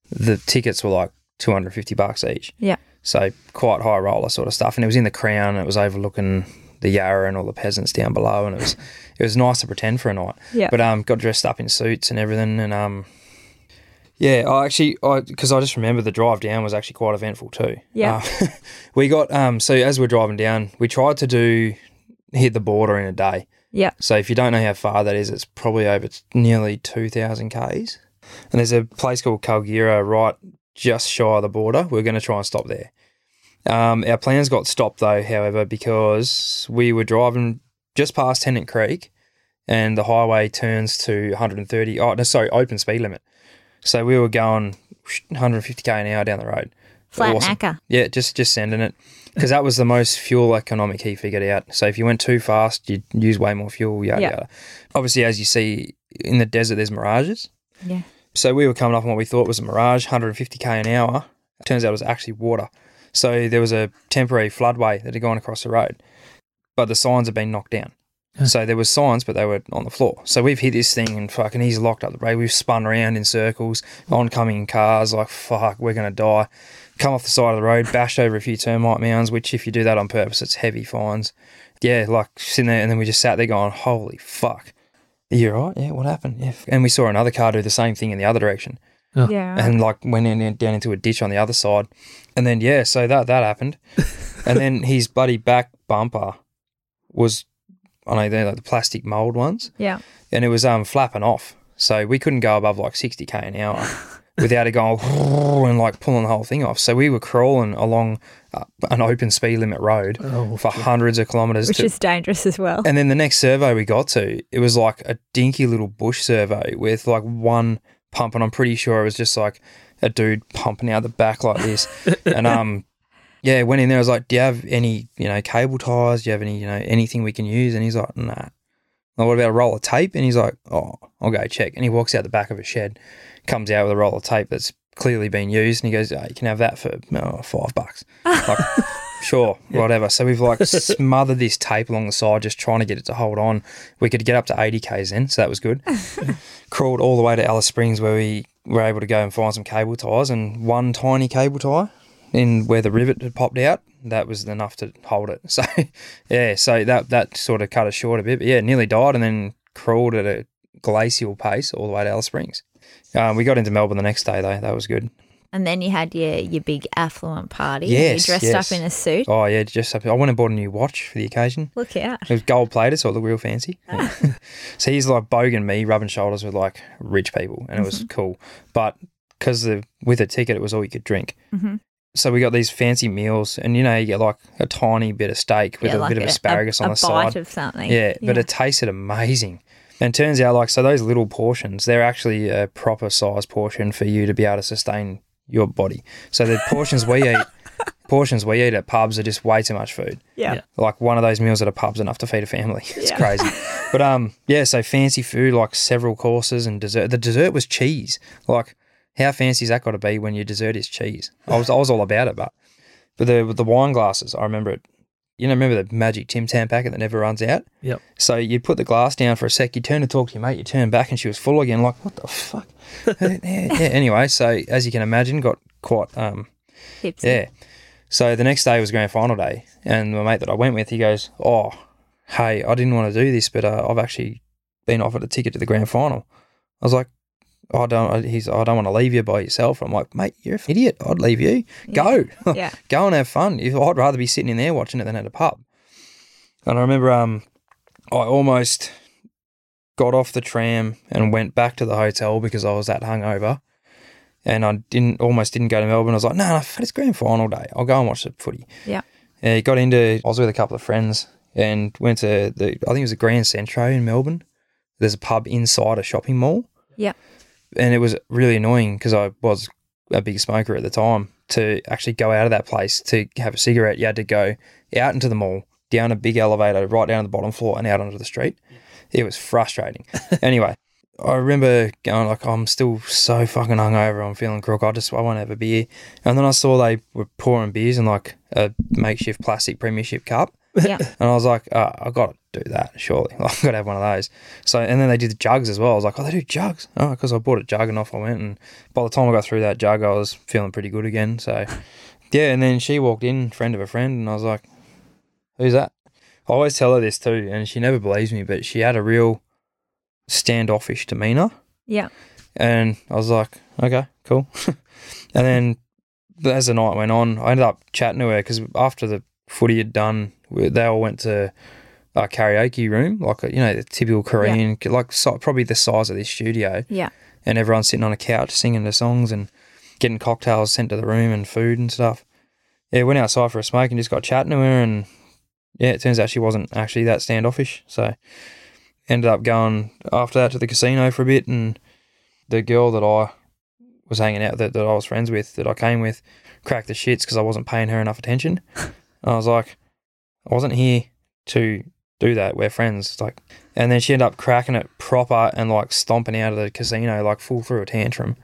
S4: The tickets were like two hundred fifty bucks each.
S2: yeah
S4: So quite high roller sort of stuff. And it was in the crown. It was overlooking the Yarra and all the peasants down below, and it was it was nice to pretend for a night.
S2: Yeah.
S4: But um, got dressed up in suits and everything, and um, yeah, I actually, I because I just remember the drive down was actually quite eventful too.
S2: Yeah.
S4: Uh, we got um, so as we're driving down, we tried to do hit the border in a day.
S2: Yeah.
S4: So if you don't know how far that is, it's probably over t- nearly 2,000 Ks. And there's a place called Kalgira right just shy of the border. We're going to try and stop there. Um, our plans got stopped though, however, because we were driving just past Tennant Creek and the highway turns to 130, oh, no, sorry, open speed limit. So we were going 150k an hour down the road.
S2: Flat
S4: Awesome.
S2: knacker.
S4: Yeah, just just sending it because that was the most fuel economic he figured out. So if you went too fast, you'd use way more fuel. Yada
S2: Yeah.
S4: yada. Obviously, as you see in the desert, there's mirages.
S2: Yeah.
S4: So we were coming up on what we thought was a mirage, 150k an hour. Turns out it was actually water. So there was a temporary floodway that had gone across the road, but the signs had been knocked down.
S3: Yeah.
S4: So there was signs, but they were on the floor. So we've hit this thing and fucking he's locked up the brake. We've spun around in circles, oncoming cars, like fuck, we're gonna die. Come off the side of the road, bashed over a few termite mounds, which if you do that on purpose, it's heavy fines. Yeah, like sitting there, and then we just sat there going, holy fuck. Are you right? Yeah, what happened? Yeah. And we saw another car do the same thing in the other direction
S2: Yeah. right.
S4: and like went in down into a ditch on the other side, and then yeah, so that that happened, and then his bloody back bumper was, I know they're like the plastic mold ones,
S2: yeah.
S4: and it was um flapping off, so we couldn't go above like sixty k an hour without it going and like pulling the whole thing off. So we were crawling along uh, an open speed limit road for hundreds of kilometers
S2: Which
S4: to
S2: is dangerous as well.
S4: and then the next survey we got to, it was like a dinky little bush survey with like one pump, and I'm pretty sure it was just like a dude pumping out the back like this. and um, yeah, went in there. I was like, "Do you have any, you know, cable ties? Do you have any, you know, anything we can use?" And he's like, "Nah." Like, what about a roll of tape? And he's like, "Oh, I'll go check." And he walks out the back of a shed, comes out with a roll of tape that's clearly been used, and he goes, oh, "You can have that for oh, five bucks." Like, Sure, whatever. So we've like smothered this tape along the side, just trying to get it to hold on. We could get up to 80 Ks then, so that was good. Crawled all the way to Alice Springs where we were able to go and find some cable ties and one tiny cable tie in where the rivet had popped out. That was enough to hold it. So yeah, so that that sort of cut us short a bit. But yeah, nearly died and then crawled at a glacial pace all the way to Alice Springs. Um, we got into Melbourne the next day though. That was good.
S2: And then you had your, your big affluent party.
S4: Yes,
S2: You dressed
S4: yes.
S2: up in a suit.
S4: Oh yeah, just up, I went and bought a new watch for the occasion.
S2: Look out.
S4: It was gold plated, so it looked real fancy.
S2: Ah.
S4: so he's like bogan me, rubbing shoulders with like rich people, and it
S2: Mm-hmm.
S4: was cool. But because the with a ticket, it was all you could drink.
S2: Mhm.
S4: So we got these fancy meals, and you know you get like a tiny bit of steak with
S2: yeah,
S4: a
S2: like
S4: bit of asparagus
S2: a,
S4: on
S2: a
S4: the
S2: bite
S4: side.
S2: of something.
S4: yeah, but it tasted amazing. And turns out, like, so those little portions, they're actually a proper size portion for you to be able to sustain your body. So the portions we eat, portions we eat at pubs are just way too much food
S2: yeah.
S3: Yeah.
S4: like one of those meals at a pub's enough to feed a family. It's
S2: Yeah.
S4: crazy. But um yeah, so fancy food like several courses and dessert. The dessert was cheese. Like how fancy's that got to be when your dessert is cheese? I was I was all about it, but but the the wine glasses, I remember it. You know, remember the magic Tim Tam packet that never runs out?
S3: Yep.
S4: So you'd put the glass down for a sec, you turn to talk to your mate, you turn back and she was full again, like, what the fuck? yeah, yeah. Anyway, so as you can imagine, got quite um
S2: Tipsy.
S4: yeah. So the next day was grand final day, and my mate that I went with, he goes, "Oh, hey, I didn't want to do this, but uh, I've actually been offered a ticket to the grand final." I was like, "I don't." I- He's, "I don't want to leave you by yourself." I'm like, "Mate, you're an idiot. I'd leave you. Go,
S2: Yeah.
S4: go and have fun. If- I'd rather be sitting in there watching it than at a pub." And I remember, um, I almost got off the tram and went back to the hotel because I was that hungover and I didn't almost didn't go to Melbourne. I was like, no, no, fuck, it's grand final day. I'll go and watch the footy.
S2: Yeah.
S4: Yeah, got into. I was with a couple of friends and went to the. I think it was the Grand Centro in Melbourne. There's a pub inside a shopping mall.
S2: Yeah.
S4: And it was really annoying because I was a big smoker at the time. To actually go out of that place to have a cigarette, you had to go out into the mall, down a big elevator, right down to the bottom floor, and out onto the street. It was frustrating. anyway, I remember going like, I'm still so fucking hungover. I'm feeling crook. I just I want to have a beer. And then I saw they were pouring beers in like a makeshift plastic premiership cup.
S2: Yeah.
S4: And I was like, oh, I've got to do that, surely. I've got to have one of those. So, and then they did the jugs as well. I was like, oh, they do jugs. Oh, because I bought a jug and off I went. And by the time I got through that jug, I was feeling pretty good again. So, yeah. And then she walked in, friend of a friend, and I was like, who's that? I always tell her this too, and she never believes me, but she had a real standoffish demeanor.
S2: Yeah.
S4: And I was like, okay, cool. and then as the night went on, I ended up chatting to her because after the footy had done, we- they all went to a karaoke room, like, a, you know, the typical Korean, like so, probably the size of this studio.
S2: Yeah.
S4: And everyone's sitting on a couch singing the songs and getting cocktails sent to the room and food and stuff. Yeah, went outside for a smoke and just got chatting to her. And yeah, it turns out she wasn't actually that standoffish. So ended up going after that to the casino for a bit and the girl that I was hanging out that, that I was friends with that I came with cracked the shits because I wasn't paying her enough attention. And I was like, I wasn't here to do that. We're friends. Like, and then she ended up cracking it proper and like stomping out of the casino like full through a tantrum.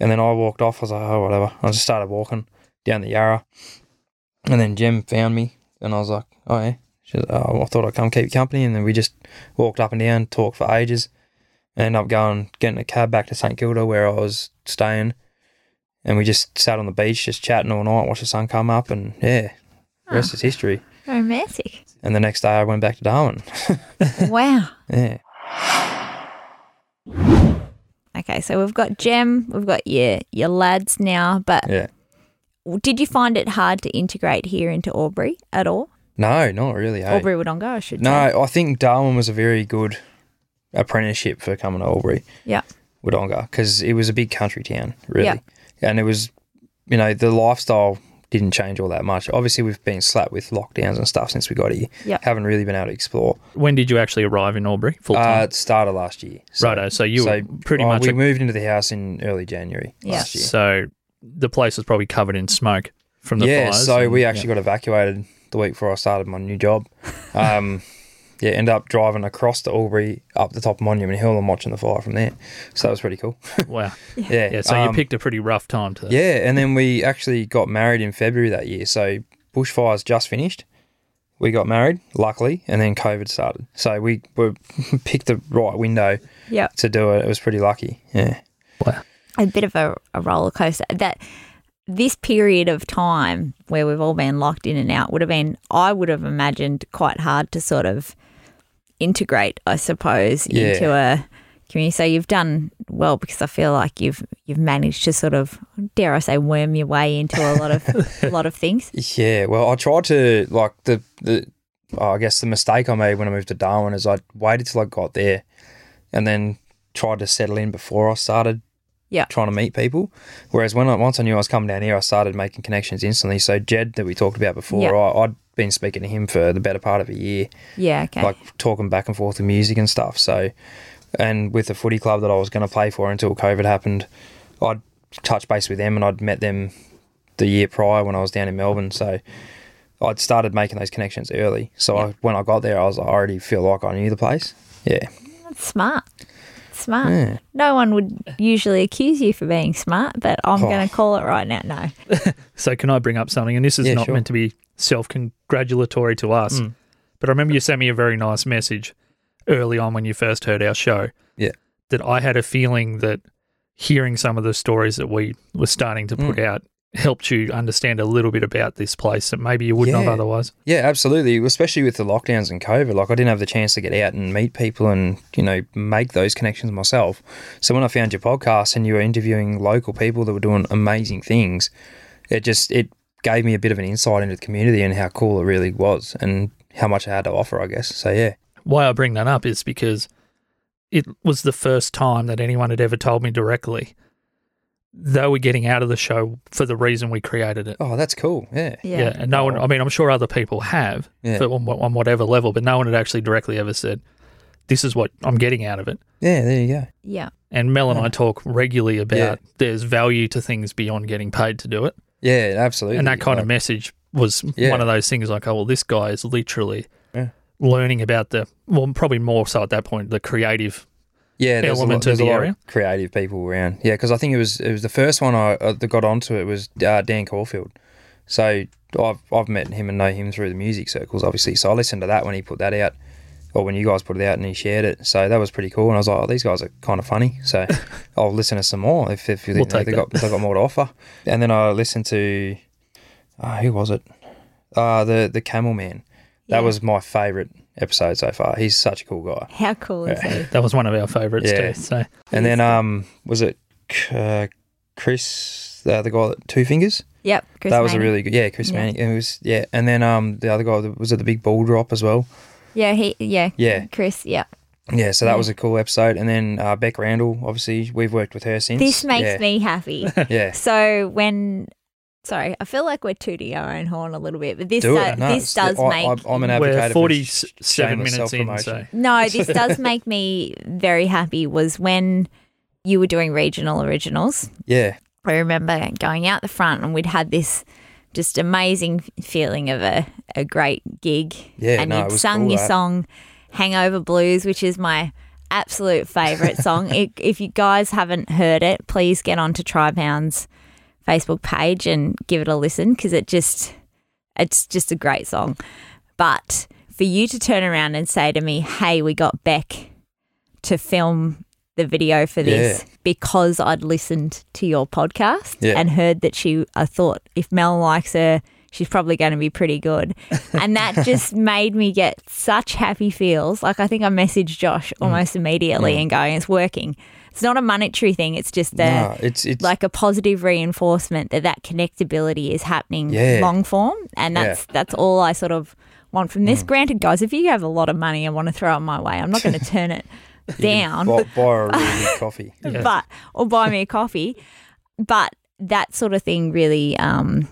S4: And then I walked off. I was like, oh whatever. I just started walking down the Yarra, and then Jem found me, and I was like, oh yeah. She was, oh, I thought I'd come keep you company, and then we just walked up and down, talked for ages end up going getting a cab back to St Kilda where I was staying, and we just sat on the beach just chatting all night, watched the sun come up, and yeah, the rest is history.
S2: Romantic.
S4: And the next day I went back to Darwin.
S2: wow.
S4: yeah,
S2: Okay, so we've got Jem, we've got your your lads now, but
S4: yeah.
S2: did you find it hard to integrate here into Aubrey at all?
S4: No, not really. eh?
S2: Aubrey Wodonga, I should
S4: No,
S2: say.
S4: I think Darwin was a very good apprenticeship for coming to Albury.
S2: Yeah.
S4: Wodonga because it was a big country town, really.
S2: Yeah.
S4: And it was, you know, the lifestyle didn't change all that much. Obviously, we've been slapped with lockdowns and stuff since we got here.
S2: Yeah.
S4: Haven't really been able to explore.
S3: When did you actually arrive in Albury full
S4: Uh,
S3: time?
S4: it started last year. So,
S3: Righto. So you were pretty
S4: oh,
S3: much
S4: We
S3: a-
S4: moved into the house in early January
S2: Yeah.
S4: last year.
S3: so the place was probably covered in smoke from the
S4: yeah,
S3: fires.
S4: so
S3: and-
S4: we actually got evacuated the week before I started my new job. Um, yeah, end up driving across to Albury up the top of Monument Hill and watching the fire from there. So that was pretty cool.
S3: yeah. wow.
S4: yeah.
S3: Yeah. So you
S4: um,
S3: picked a pretty rough time to.
S4: Yeah, and then we actually got married in February that year. So bushfires just finished. We got married, luckily, and then COVID started. So we were picked the right window
S2: Yeah.
S4: to do it. It was pretty lucky. Yeah.
S3: Wow.
S2: a bit of a, a roller coaster. That this period of time where we've all been locked in and out would have been, I would have imagined, quite hard to sort of integrate, I suppose,
S4: Yeah.
S2: into a community. So you've done well because I feel like you've you've managed to sort of, dare I say, worm your way into a lot of a lot of things.
S4: Yeah, well, I tried to like the the. oh, I guess the mistake I made when I moved to Darwin is I waited till I got there, and then tried to settle in before I started.
S2: Yeah.
S4: trying to meet people. Whereas when I once I knew I was coming down here, I started making connections instantly. So Jed that we talked about before,
S2: Yeah.
S4: I, I'd been speaking to him for the better part of a year,
S2: Yeah. Okay.
S4: like talking back and forth with music and stuff. So, and with the footy club that I was going to play for until COVID happened, I'd touch base with them and I'd met them the year prior when I was down in Melbourne. So I'd started making those connections early. So I, when I got there, I was I already feel like I knew the place. Yeah.
S2: That's smart. Smart.
S4: Yeah.
S2: No one would usually accuse you for being smart, but I'm
S4: Oh.
S2: going to call it right now. No.
S3: So can I bring up something? And this is
S4: Yeah,
S3: not
S4: sure. Hmm.
S3: meant to be self-congratulatory to us, but I remember you sent me a very nice message early on when you first heard our show.
S4: Yeah.
S3: That I had a feeling that hearing some of the stories that we were starting to
S4: Hmm.
S3: put out helped you understand a little bit about this place that maybe you would not
S4: Yeah.
S3: have otherwise.
S4: Yeah, absolutely. Especially with the lockdowns and COVID, like I didn't have the chance to get out and meet people and you know make those connections myself. So when I found your podcast and you were interviewing local people that were doing amazing things, it just it gave me a bit of an insight into the community and how cool it really was and how much I had to offer, I guess. So yeah,
S3: Why I bring that up is because it was the first time that anyone had ever told me directly they were getting out of the show for the reason we created it.
S4: oh, that's cool. Yeah,
S3: Yeah. and no one. I mean, I'm sure other people have,
S4: Yeah.
S3: but on, wha- on whatever level. But no one had actually directly ever said, "This is what I'm getting out of it."
S4: yeah. There you go.
S2: Yeah.
S3: And Mel and I talk regularly about
S4: Yeah.
S3: there's value to things beyond getting paid to do it,
S4: Yeah, absolutely.
S3: and that kind
S4: Like-
S3: of message was
S4: Yeah.
S3: one of those things like, "Oh well, this guy is literally
S4: Yeah.
S3: learning about the well, probably more so at that point the creative."
S4: yeah, there's a lot,
S3: element
S4: there's
S3: of the
S4: a lot
S3: area.
S4: of creative people around. Yeah, because I think it was it was the first one I uh, that got onto it was uh, Dan Caulfield. So I've I've met him and know him through the music circles, obviously. So I listened to that when he put that out, or when you guys put it out and he shared it. So that was pretty cool. And I was like, oh, these guys are kind of funny. So I'll listen to some more if if you
S3: We'll
S4: think they
S3: take
S4: they got they got more to offer. And then I listened to uh, who was it? Uh, the the Camel Man. That
S2: Yeah.
S4: was my favourite episode so far. He's such a cool guy.
S2: How cool is
S4: Yeah.
S2: that?
S3: That was one of our favourites
S4: Yeah.
S3: too. So
S4: And then um, was it uh, Chris, uh, the guy that Two Fingers?
S2: Yep. Chris
S4: that was a
S2: Manning.
S4: really good, yeah, Chris
S2: Yeah.
S4: Manning. It was yeah, and then um, the other guy was it the big ball drop as well.
S2: Yeah, he yeah.
S4: Yeah.
S2: Chris, yeah.
S4: Yeah, so that
S2: Yeah.
S4: was a cool episode. And then uh, Beck Randall, obviously, we've worked with her since.
S2: This makes
S4: yeah,
S2: me happy.
S4: Yeah,
S2: so when sorry, I feel like we're tooting our own horn a little bit, but this
S4: do
S2: do-
S4: it. No,
S2: this
S4: it's-
S2: does
S4: I,
S2: make
S4: I, am an advocate.
S3: we're
S4: for sh-
S3: 47
S4: shameless
S3: minutes in. So
S4: self-promotion.
S2: No, this does make me very happy was when you were doing regional originals.
S4: Yeah,
S2: I remember going out the front and we'd had this just amazing feeling of a, a great gig.
S4: Yeah,
S2: and
S4: no, it
S2: you'd
S4: was
S2: sung
S4: cool,
S2: your
S4: that.
S2: song Hangover Blues, which is my absolute favourite song. If if you guys haven't heard it, please get onto Tripound's Facebook page and give it a listen because it just it's just a great song. But for you to turn around and say to me, "Hey, we got Beck to film the video for this because I'd listened to your podcast
S4: Yeah.
S2: and heard that she I thought if Mel likes her, she's probably going to be pretty good." And that just made me get such happy feels. Like I think I messaged Josh
S4: Mm.
S2: almost immediately and going, "It's working." It's not a monetary thing, it's just the
S4: no, it's it's
S2: like a positive reinforcement that that connectability is happening
S4: Yeah. Mm.
S2: long form and that's that's all i sort of want from this granted guys if you have a lot of money and want to throw it my way i'm not going to turn it down
S4: buy, buy a really good coffee.
S3: Yeah.
S2: but or buy me a coffee but that sort of thing really um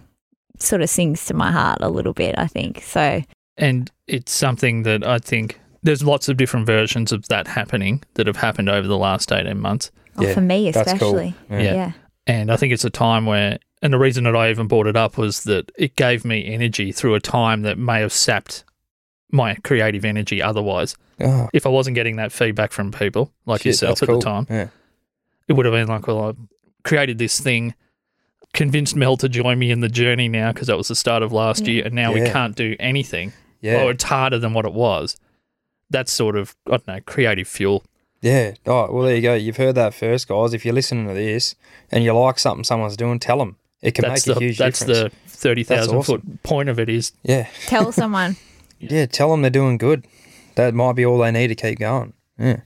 S2: sort of sings to my heart a little bit i think so
S3: and it's something that I think there's lots of different versions of that happening that have happened over the last 18 months.
S2: oh,
S4: Yeah,
S2: for me
S4: that's cool.
S2: especially
S4: Yeah.
S3: Yeah.
S2: yeah
S3: And I think it's a time where, and the reason that I even brought it up was that it gave me energy through a time that may have sapped my creative energy otherwise.
S4: Oh,
S3: If I wasn't getting that feedback from people like
S4: shit,
S3: yourself
S4: that's
S3: at
S4: cool.
S3: the time,
S4: Yeah.
S3: it would have been like, well, I created this thing, convinced Mel to join me in the journey now because that was the start of last year, and now we
S4: Yeah.
S3: can't do anything.
S4: Yeah.
S3: or it's harder than what it was. That's sort of, I don't know, creative fuel.
S4: Yeah. Oh, well, there you go. You've heard that first, guys. If you're listening to this and you like something someone's doing, tell them. It can
S3: That's
S4: make
S3: the
S4: a huge
S3: that's
S4: difference.
S3: the thirty thousand
S4: That's awesome.
S3: foot point of it is
S4: yeah.
S2: tell someone
S4: Yeah. Tell them they're doing good. That might be all they need to keep going. Yeah.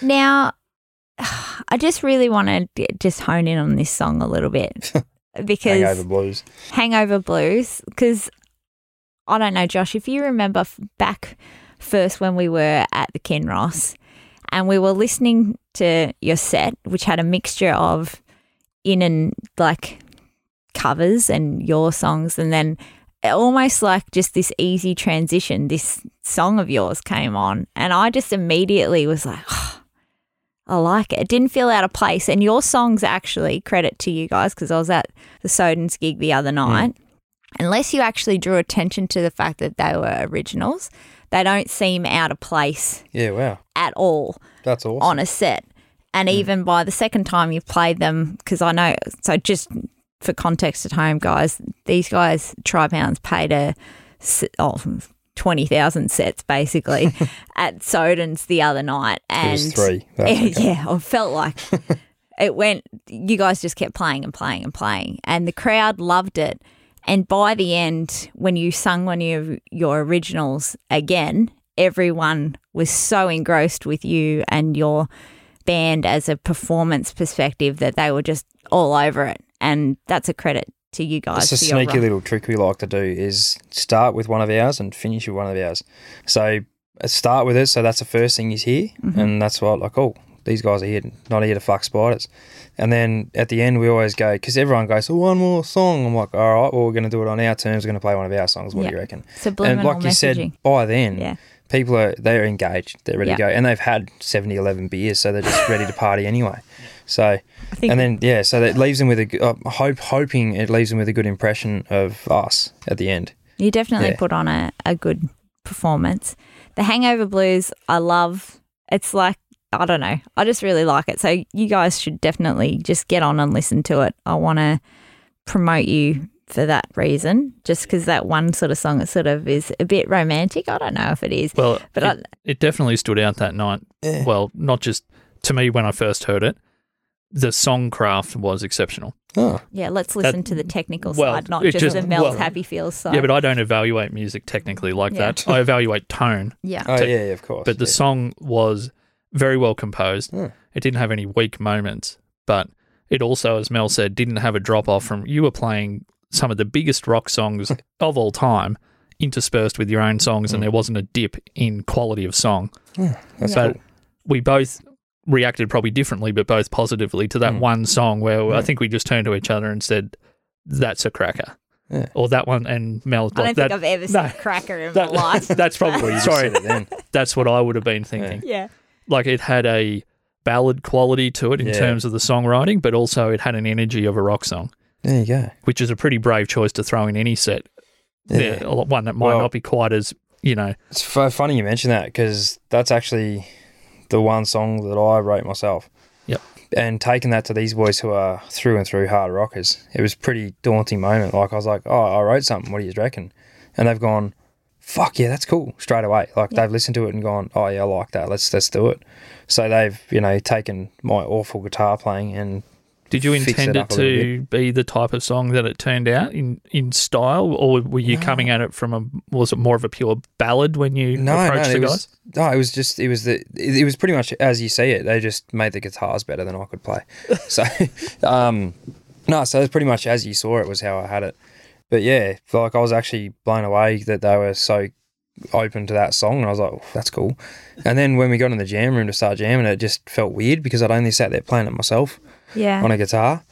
S2: Now, I just really want to d- just hone in on this song a little bit because
S4: Hangover
S2: Hangover,
S4: blues.
S2: Blues. Because I don't know, Josh, if you remember f- back first when we were at the Kinross and we were listening to your set, which had a mixture of in and like covers and your songs, and then almost like just this easy transition, this song of yours came on, and I just immediately was like, I like it. It didn't feel out of place. And your songs actually, credit to you guys, because I was at the Soden's gig the other night. Unless you actually drew attention to the fact that they were originals, they don't seem out of place
S4: Yeah. Wow.
S2: at all
S4: That's awesome.
S2: on a set. And even by the second time you've played them, because I know, so just for context at home, guys, these guys, Tribounds, paid a s- oh, 20,000 sets basically at Soden's the other night.
S4: It
S2: And
S4: was three. That's okay.
S2: yeah, I felt like it went. You guys just kept playing and playing and playing, and the crowd loved it. And by the end, when you sung one of your originals again, everyone was so engrossed with you and your band as a performance perspective that they were just all over it. And that's a credit to you guys.
S4: It's a
S2: for your
S4: sneaky
S2: rock.
S4: little trick we like to do is start with one of ours and finish with one of ours. So uh, start with it. So that's the first thing he's here,
S2: Mm-hmm.
S4: and that's what like oh these guys are here, not here to fuck spiders. And then at the end we always go because everyone goes oh, one more song. I'm like all right, well we're going to do it on our terms. We're going to play one of our songs. What
S2: Yeah.
S4: do you reckon?
S2: subliminal
S4: and like you
S2: messaging.
S4: said, by then
S2: yeah,
S4: people are they're engaged, they're ready
S2: Yeah.
S4: to go, and they've had 70, 11 beers, so they're just ready to party anyway. So
S2: I think
S4: and then yeah, so that leaves them with a g- uh, hope, hoping it leaves them with a good impression of us at the end.
S2: You definitely
S4: Yeah.
S2: put on a, a good performance. The Hangover Blues, I love. It's like, I don't know. I just really like it. So you guys should definitely just get on and listen to it. I want to promote you for that reason, just because that one sort of song it sort of is a bit romantic. I don't know if it is.
S3: Well,
S2: But
S3: it, it definitely stood out that night. Well, not just to me when I first heard it, the song craft was exceptional.
S4: Oh,
S2: Yeah, let's listen to the technical
S3: well,
S2: side, not
S3: it
S2: just,
S3: just-
S2: the Mel's
S3: well,
S2: happy feels side.
S3: Yeah, but I don't evaluate music technically like
S2: Yeah.
S3: that. I evaluate tone,
S2: yeah.
S4: oh yeah,
S3: Take-
S4: yeah, of course.
S3: but the
S4: yeah.
S3: song was very well composed.
S4: Yeah.
S3: It didn't have any weak moments, but it also, as Mel said, didn't have a drop off from you were playing some of the biggest rock songs of all time, interspersed with your own songs, and there wasn't a dip in quality of song.
S4: Hmm. That's
S3: but
S4: cool.
S3: we both reacted probably differently, but both positively to that
S4: Mm.
S3: one song where I
S4: Mm.
S3: think we just turned to each other and said, "That's a cracker,"
S4: Yeah.
S3: or that one. And Mel,
S2: I don't
S3: like, that,
S2: think I've ever seen
S3: no.
S2: a cracker in
S3: that-
S2: my life.
S3: that's
S4: Well,
S3: probably
S4: you just
S3: sorry.
S4: said it then.
S3: That's what I would have been thinking.
S2: yeah.
S3: Like it had a ballad quality to it in
S4: Yeah.
S3: terms of the songwriting, but also it had an energy of a rock song,
S4: There you go.
S3: which is a pretty brave choice to throw in any set.
S4: Yeah.
S3: Yeah, one that might
S4: Well-
S3: not be quite as you know.
S4: It's fu- funny you mention that because that's actually the one song that I wrote myself.
S3: Yep.
S4: And taking that to these boys who are through and through hard rockers, it was a pretty daunting moment. Like I was like, "Oh, I wrote something. What do you reckon?" And they've gone, "Fuck yeah, that's cool!" Straight away. Like they've listened to it and gone, "Oh yeah, I like that. Let's let's do it." So they've you know taken my awful guitar playing and
S3: Did you
S4: fix it
S3: intend it
S4: up a little
S3: to be the type of song that it turned out in, in style, or were you coming at it from a was it more of a pure ballad when you approached the
S4: it
S3: guys?
S4: was, no, it was just it was the it, it was pretty much as you see it. They just made the guitars better than I could play. So, um, no, so it was pretty much as you saw it was how I had it. But yeah, like I was actually blown away that they were so open to that song, and I was like, oh, that's cool. And then when we got in the jam room to start jamming, it just felt weird because I'd only sat there playing it myself
S2: Yeah.
S3: Mm.
S4: on a guitar.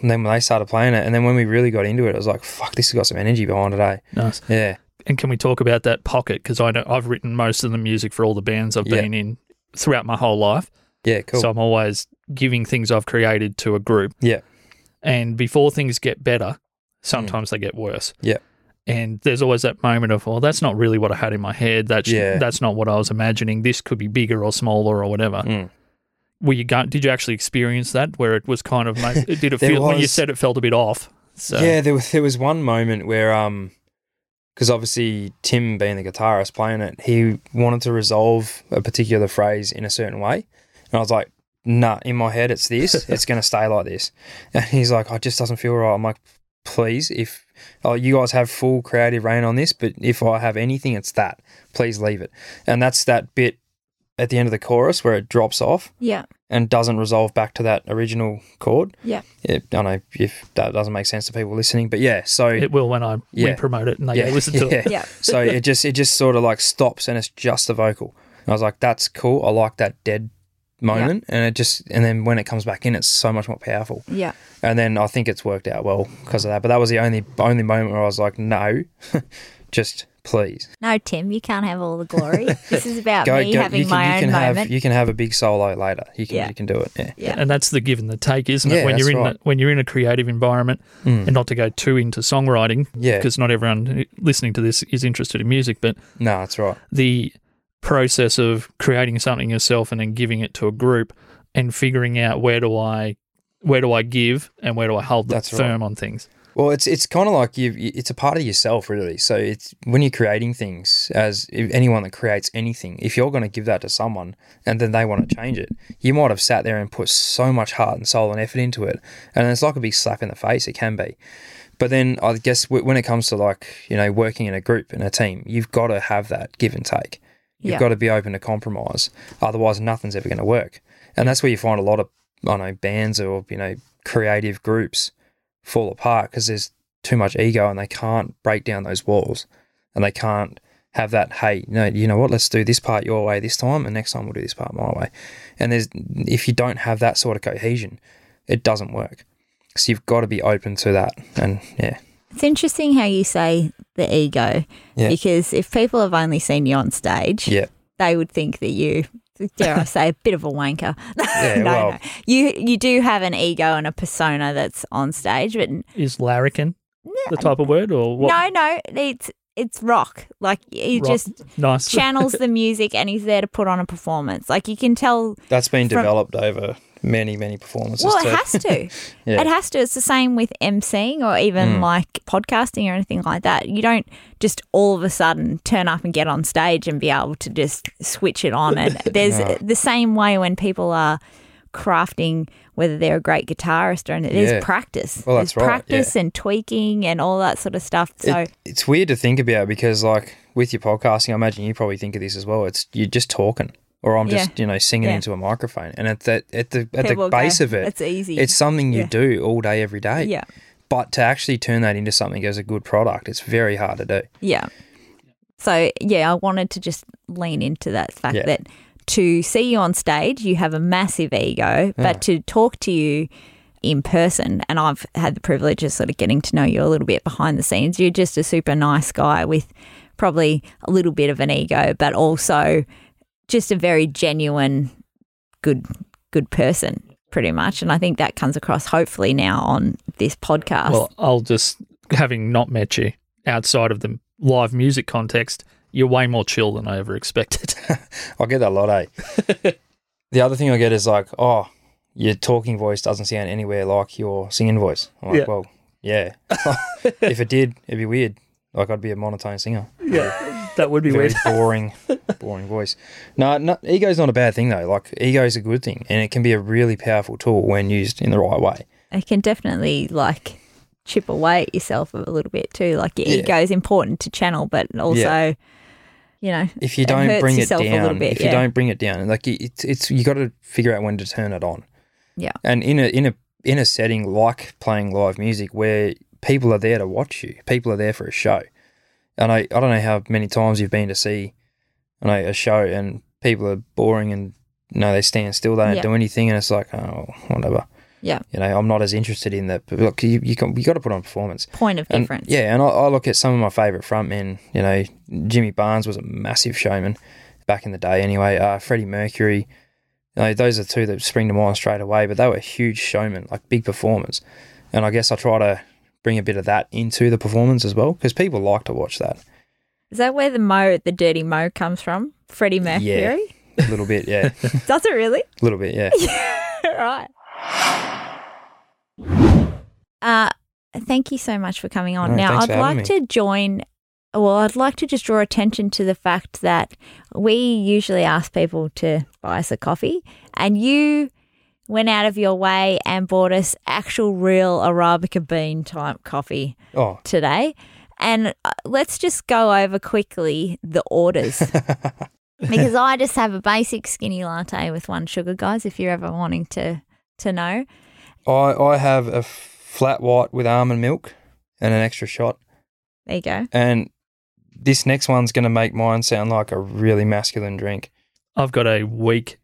S4: And then when they started playing it, and then when we really got into it, it was like, fuck, this has got some energy behind it, eh?
S3: Nice.
S4: Yeah.
S3: And can we talk about that pocket? Because I know I've written most of the music for all the bands I've
S4: Yeah.
S3: been in throughout my whole life,
S4: Yeah, cool.
S3: so I'm always giving things I've created to a group.
S4: Yeah. Hmm.
S3: And before things get better, sometimes they get worse.
S4: Yeah.
S3: And there's always that moment of, well, that's not really what I had in my head. That's
S4: Yeah.
S3: that's not what I was imagining. This could be bigger or smaller or whatever.
S4: Mm.
S3: were you going, did you actually experience that where it was kind of ma- it did it
S4: There
S3: feel when you
S4: was-
S3: said it felt a bit off so
S4: Yeah, there was there was one moment where um, because obviously Tim being the guitarist playing it, he wanted to resolve a particular phrase in a certain way, and I was like, "Nah, in my head it's this. it's gonna stay like this." And he's like, "Oh, "It just doesn't feel right." I'm like, "Please, if oh, you guys have full creative reign on this, but if I have anything, it's that. Please leave it." And that's that bit at the end of the chorus where it drops off
S2: Yeah.
S4: and doesn't resolve back to that original chord.
S2: Yeah.
S4: Yeah, I don't know if that doesn't make sense to people listening, but yeah, so
S3: it will when i we
S4: Yeah.
S3: promote it and they listen to it
S2: Yeah.
S4: so it just it just sort of like stops and it's just the vocal. And I was like, that's cool. I like that dead moment, and it just and then when it comes back in, it's so much more powerful.
S2: Yeah.
S4: And then I think it's worked out well because of that. But that was the only only moment where I was like, no, just please
S2: No, Tim, you can't have all the glory. This is about
S4: go
S2: me
S4: go.
S2: having
S4: you can,
S2: my
S4: you
S2: own
S4: can have
S2: moment.
S4: you can have a big solo later. You can
S2: Yeah.
S4: you can do it. Yeah.
S2: yeah.
S3: and that's the give and the take isn't it
S4: Yeah,
S3: when you're
S4: that's
S3: in
S4: right. Mm.
S3: the, when you're in a creative environment and not to go too into songwriting
S4: Yeah.
S3: because not everyone who- listening to this is interested in music but
S4: No, that's right.
S3: the process of creating something yourself and then giving it to a group and figuring out where do i where do i give and where do i hold the
S4: That's right.
S3: firm on things
S4: Well, it's it's kind of like you. It's a part of yourself, really. So it's when you're creating things, as if anyone that creates anything, if you're going to give that to someone and then they want to change it, you might have sat there and put so much heart and soul and effort into it, and it's like a big slap in the face. It can be, but then I guess w- when it comes to like you know working in a group and a team, you've got to have that give and take.
S2: Yeah.
S4: You've got to be open to compromise. Otherwise, nothing's ever going to work. And that's where you find a lot of I don't know bands or you know creative groups fall apart because there's too much ego and they can't break down those walls and they can't have that hey no you know what let's do this part your way this time and next time we'll do this part my way and there's if you don't have that sort of cohesion it doesn't work so you've got to be open to that and yeah
S2: It's interesting how you say the ego
S4: Yeah.
S2: because if people have only seen you on stage,
S4: yeah
S2: they would think that you, dare I say, a bit of a wanker. no,
S4: well-
S2: no. You, you do have an ego and a persona that's on stage, but
S3: is larrikin the type of word or what
S2: no, no, it's it's rock. Like he
S3: Rock.
S2: just
S3: nice
S2: channels the music and he's there to put on a performance. Like you can tell.
S4: that's been
S2: From-
S4: developed over many many performances
S2: Well,
S4: too.
S2: it has to.
S4: Yeah. Mm.
S2: It has to. It's the same with emceeing or even like podcasting or anything like that. You don't just all of a sudden turn up and get on stage and be able to just switch it on. And there's the same way when people are crafting whether they're a great guitarist or not. It is
S4: Yeah.
S2: practice.
S4: Well, that's
S2: There's
S4: right,
S2: practice and tweaking and all that sort of stuff. So
S4: It, it's weird to think about because, like, with your podcasting, I imagine you probably think of this as well. It's you're just talking, or I'm just you know singing
S2: Yeah.
S4: into a microphone, and at that at the at
S2: people go,
S4: the base of it,
S2: it's easy.
S4: it's something you
S2: Yeah.
S4: do all day, every day.
S2: yeah,
S4: But to actually turn that into something as a good product, it's very hard to do.
S2: yeah. So yeah, I wanted to just lean into that fact
S4: Yeah.
S2: that to see you on stage, you have a massive ego, but to talk to you in person, and I've had the privilege of sort of getting to know you a little bit behind the scenes. You're just a super nice guy with probably a little bit of an ego, but also just a very genuine, good, good person, pretty much. And I think that comes across hopefully now on this podcast.
S3: Well, I'll just having not met you outside of the live music context, you're way more chill than I ever expected.
S4: I get that a lot, eh? the other thing I get is like, oh, your talking voice doesn't sound anywhere like your singing voice. I'm like,
S3: Yeah.
S4: well, yeah. if it did, it'd be weird. Like I'd be a monotone singer.
S3: yeah, that would be
S4: Very boring, boring voice. No, no, ego's not a bad thing though. Like ego's a good thing, and it can be a really powerful tool when used in the right way.
S2: it can definitely like chip away at yourself a little bit too. Like your
S4: Yeah.
S2: ego is important to channel, but also,
S4: Yeah.
S2: you know,
S4: If you
S2: It
S4: don't
S2: hurts
S4: bring it
S2: yourself a little
S4: down,
S2: bit,
S4: if
S2: yeah.
S4: you don't bring it down, like it- it's it's you got to figure out when to turn it on.
S2: Yeah.
S4: and in a in a in a setting like playing live music where people are there to watch you, people are there for a show, and I I don't know how many times you've been to see, I know a show and people are boring and no they stand still they don't
S2: Yeah.
S4: do anything and it's like oh whatever
S2: Yeah.
S4: you know I'm not as interested in that but look you you, can, you got to put on performance
S2: point of
S4: and,
S2: difference.
S4: Yeah, and I, I look at some of my favourite frontmen. You know, Jimmy Barnes was a massive showman back in the day. Anyway, uh, Freddie Mercury. You know, those are two that spring to mind straight away. But they were huge showmen, like big performers. And I guess I try to bring a bit of that into the performance as well because people like to watch that
S2: Is that where the mo, the dirty mo, comes from? Freddie Mercury?
S4: a little bit. Yeah, a
S2: Does it really?
S4: little bit. Yeah.
S2: right. Uh, thank you so much for coming on.
S4: No,
S2: now,
S4: thanks
S2: I'd
S4: for having
S2: like to join. Well, I'd like to just draw attention to the fact that we usually ask people to buy us a coffee, and you went out of your way and bought us actual real Arabica bean type coffee
S4: Oh,
S2: today. And uh, let's just go over quickly the orders. because I just have a basic skinny latte with one sugar, guys, if you're ever wanting to to know.
S4: I I have a flat white with almond milk and an extra shot.
S2: There you go.
S4: And this next one's going to make mine sound like a really masculine drink.
S3: I've got a weak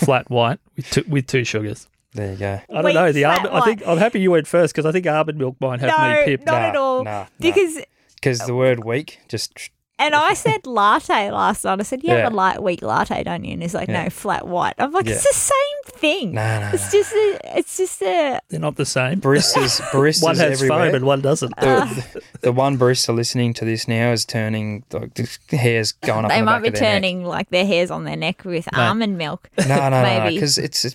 S3: flat white with two, with two sugars.
S4: There you go.
S3: I don't
S2: Weak
S3: know the
S2: flat
S3: almond. I think I'm happy you went first because I think almond milk might have
S2: No,
S3: me pipped.
S2: no. Not at all.
S4: Nah, because
S2: Because
S4: the word weak just
S2: and I said latte last night. I said, You
S4: Yeah.
S2: have a light weak latte, don't you? And he's like,
S4: Yeah.
S2: No, flat white. I'm like,
S4: Yeah.
S2: It's the same thing.
S4: nah, nah, nah.
S2: It's just a it's just a
S3: They're not the same.
S4: baristas baristas
S3: One has
S4: everywhere.
S3: foam and one doesn't.
S4: the, the one barista listening to this now is turning like the hair's going up.
S2: they
S4: on the
S2: might
S4: back
S2: be
S4: of their
S2: turning like their hairs on their neck with almond milk.
S4: Neck. No, no, no,
S2: Maybe.
S4: because it's a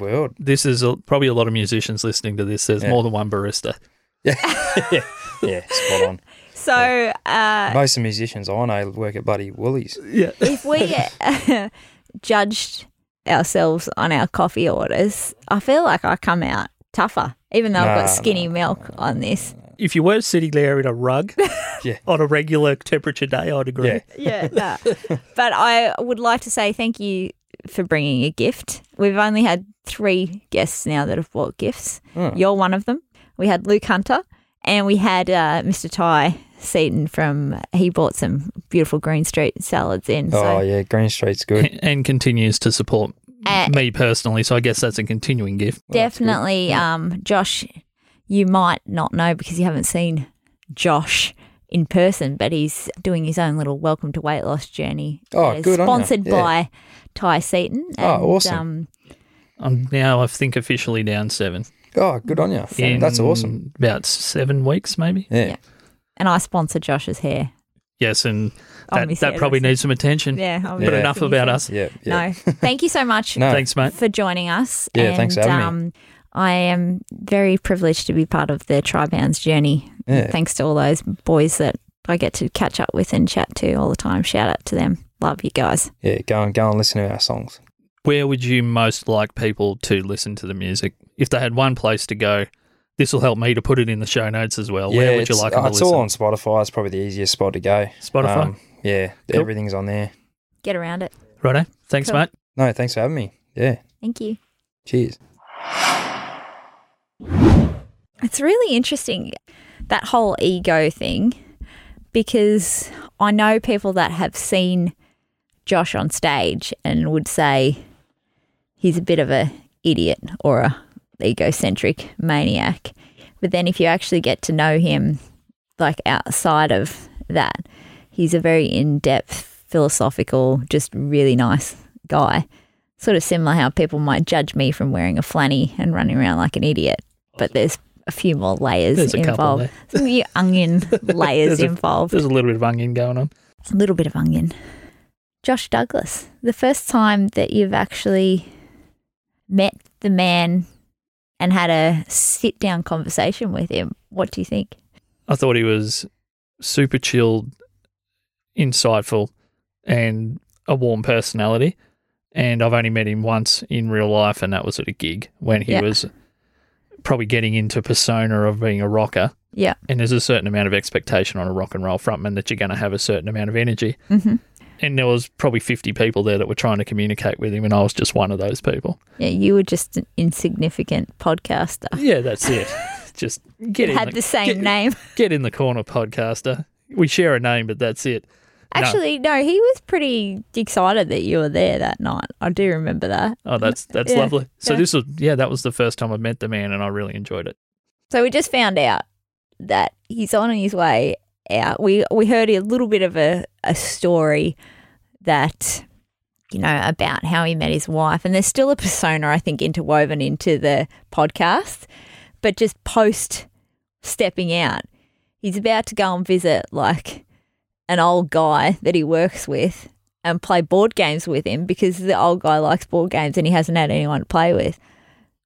S4: world.
S3: this is a, probably a lot of musicians listening to this. There's
S4: Yeah.
S3: more than one barista.
S4: Yeah, spot on.
S2: So uh
S4: Most of the musicians I know work at bloody Woolies.
S3: Yeah.
S2: if we uh, judged ourselves on our coffee orders, I feel like I come out tougher, even though I've
S4: Nah,
S2: got skinny milk on this.
S3: If you were sitting there in a rug
S4: Yeah.
S3: on a regular temperature day, I'd agree.
S2: Yeah.
S4: Yeah.
S2: nah. but I would like to say thank you for bringing a gift. We've only had three guests now that have bought gifts.
S4: Hmm.
S2: You're one of them. We had Luke Hunter and we had uh, Mr. Ty Seaton from, he bought some beautiful Green Street salads in. So
S4: Oh yeah, Green Street's good.
S3: and continues to support
S2: Uh,
S3: me personally. So I guess that's a continuing gift.
S2: definitely um josh you might not know because you haven't seen josh in person but he's doing his own little welcome to weight loss journey
S4: Oh,
S2: that is
S4: good on ya.
S2: sponsored
S4: Yeah.
S2: by ty seaton and,
S4: Oh, awesome.
S2: um,
S3: I'm now, I think, officially down seven.
S4: Oh, good on you.
S3: In
S4: That's awesome.
S3: About seven weeks, maybe.
S4: Yeah.
S2: Yeah. and i sponsor josh's hair
S3: Yes, and
S2: I'll
S3: that,
S2: miss
S3: that
S2: it.
S3: probably needs some attention.
S2: yeah I'll
S3: But
S2: be-
S3: enough about us.
S4: Yeah. yeah.
S2: no thank you so much
S4: No.
S3: Thanks, mate.
S2: for joining us
S4: Yeah,
S2: and
S4: thanks for having
S2: um I am very privileged to be part of the Tribounds journey.
S4: Yeah.
S2: Thanks to all those boys that I get to catch up with and chat to all the time. Shout out to them. Love you guys.
S4: Yeah, go and go and listen to our songs.
S3: where would you most like people to listen to the music? If they had one place to go, this will help me to put it in the show notes as well. where would you
S4: it's-
S3: like them to
S4: uh, It's
S3: listen?
S4: all on Spotify. It's probably the easiest spot to go.
S3: Spotify.
S4: Um, yeah,
S3: Cool.
S4: everything's on there.
S2: Get around it.
S3: Righto. Thanks,
S2: Cool.
S3: mate.
S4: No, thanks for having me. Yeah,
S2: Thank you.
S4: cheers.
S2: It's really interesting that whole ego thing because I know people that have seen Josh on stage and would say he's a bit of a idiot or a egocentric maniac. But then if you actually get to know him like outside of that, he's a very in-depth philosophical, just really nice guy. Sort of similar how people might judge me from wearing a flanny and running around like an idiot. But there's a few more layers
S3: There's a couple
S2: involved.
S3: there.
S2: Some new onion layers
S3: There's a-
S2: involved.
S3: There's a little bit of onion going on.
S2: a little bit of onion. Josh Douglas, the first time that you've actually met the man and had a sit down conversation with him, what do you think?
S3: I thought he was super chilled, insightful, and a warm personality. And I've only met him once in real life, and that was at a gig when he
S2: Yeah.
S3: was probably getting into persona of being a rocker.
S2: Yeah.
S3: And there's a certain amount of expectation on a rock and roll frontman that you're going to have a certain amount of energy.
S2: Mm-hmm.
S3: And there was probably 50 people there that were trying to communicate with him, and I was just one of those people.
S2: Yeah, you were just an insignificant podcaster.
S3: Yeah, that's it. just get in
S2: Ah. Had the same
S3: get-
S2: name.
S3: Get in the corner, podcaster. We share a name, but that's it. No.
S2: Actually, no, he was pretty excited that you were there that night. I do remember that.
S3: Oh, that's that's
S2: Yeah,
S3: lovely. So
S2: yeah.
S3: this was yeah, that was the first time I met the man, and I really enjoyed it.
S2: So we just found out that he's on his way out. We we heard a little bit of a, a story that you know about how he met his wife, and there's still a persona I think interwoven into the podcast, but just post stepping out, he's about to go and visit like an old guy that he works with and play board games with him because the old guy likes board games and he hasn't had anyone to play with.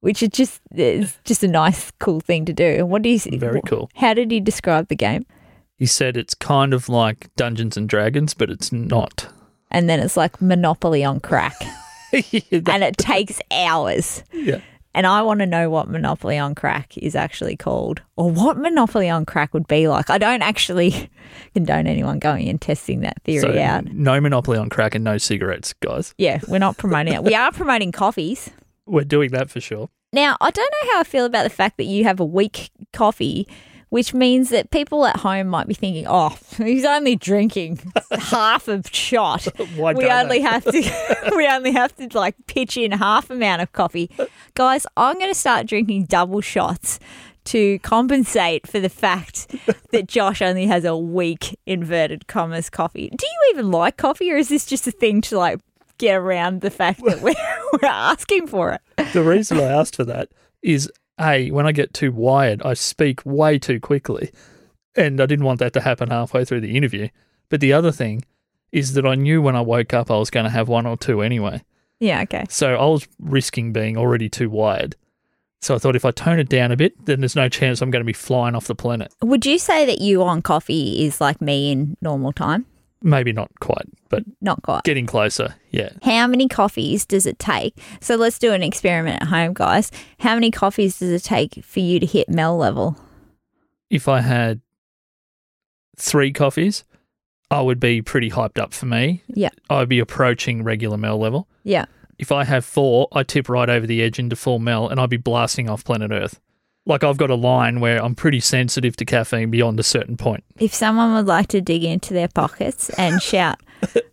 S2: Which is just it's just a nice, cool thing to do. And what do you
S3: Very cool.
S2: How did he describe the game?
S3: He said it's kind of like Dungeons and Dragons, but it's not.
S2: and then it's like Monopoly on crack,
S3: That-
S2: and it takes hours.
S3: yeah.
S2: And I want to know what Monopoly on crack is actually called, or what Monopoly on crack would be like. I don't actually condone anyone going and testing that theory
S3: So
S2: out.
S3: no monopoly on crack and no cigarettes, guys.
S2: Yeah, we're not promoting it. We are promoting coffees.
S3: We're doing that for sure.
S2: Now, I don't know how I feel about the fact that you have a weak coffee, which means that people at home might be thinking, oh, he's only drinking half a shot.
S3: Why
S2: we
S3: don't
S2: only
S3: they?
S2: have to we only have to like pitch in half amount of coffee. Guys, I'm going to start drinking double shots to compensate for the fact that Josh only has a weak inverted commas coffee. Do you even like coffee or is this just a thing to like get around the fact that we're, we're asking for it?
S3: The reason I asked for that is a when I get too wired, I speak way too quickly, and I didn't want that to happen halfway through the interview. But the other thing is that I knew when I woke up I was going to have one or two anyway.
S2: Yeah, okay.
S3: So I was risking being already too wired. So I thought if I tone it down a bit, then there's no chance I'm going to be flying off the planet.
S2: Would you say that you on coffee is like me in normal time?
S3: Maybe not quite, but
S2: Not quite.
S3: getting closer. Yeah.
S2: How many coffees does it take? So let's do an experiment at home, guys. How many coffees does it take for you to hit Mel level?
S3: If I had three coffees, I would be pretty hyped up for me.
S2: Yeah.
S3: I'd be approaching regular Mel level.
S2: Yeah.
S3: If I have four, I tip right over the edge into full Mel and I'd be blasting off planet Earth. Like I've got a line where I'm pretty sensitive to caffeine beyond a certain point.
S2: If someone would like to dig into their pockets and shout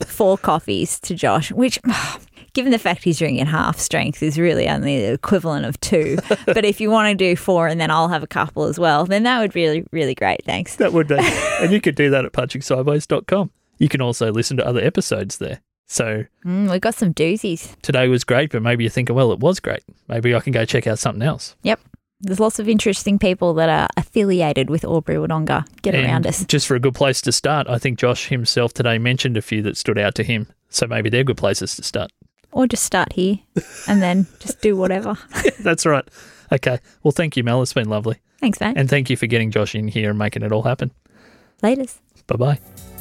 S2: four coffees to Josh, which, given the fact he's drinking half strength, is really only the equivalent of two. but if you want to do four and then I'll have a couple as well, then that would really, really great. Thanks.
S3: That would be. and you could do that at punchingsideways.com. You can also listen to other episodes there. So
S2: Mm, we've got some doozies.
S3: today was great, but maybe you're thinking, well, it was great. Maybe I can go check out something else.
S2: Yep. There's lots of interesting people that are affiliated with Aubrey Wodonga. Get
S3: And
S2: around us.
S3: Just for a good place to start, I think Josh himself today mentioned a few that stood out to him. So maybe they're good places to start.
S2: or just start here and then just do whatever.
S3: That's right. Okay. Well, thank you, Mel. It's been lovely.
S2: Thanks, mate.
S3: And thank you for getting Josh in here and making it all happen.
S2: Laters.
S3: Bye bye.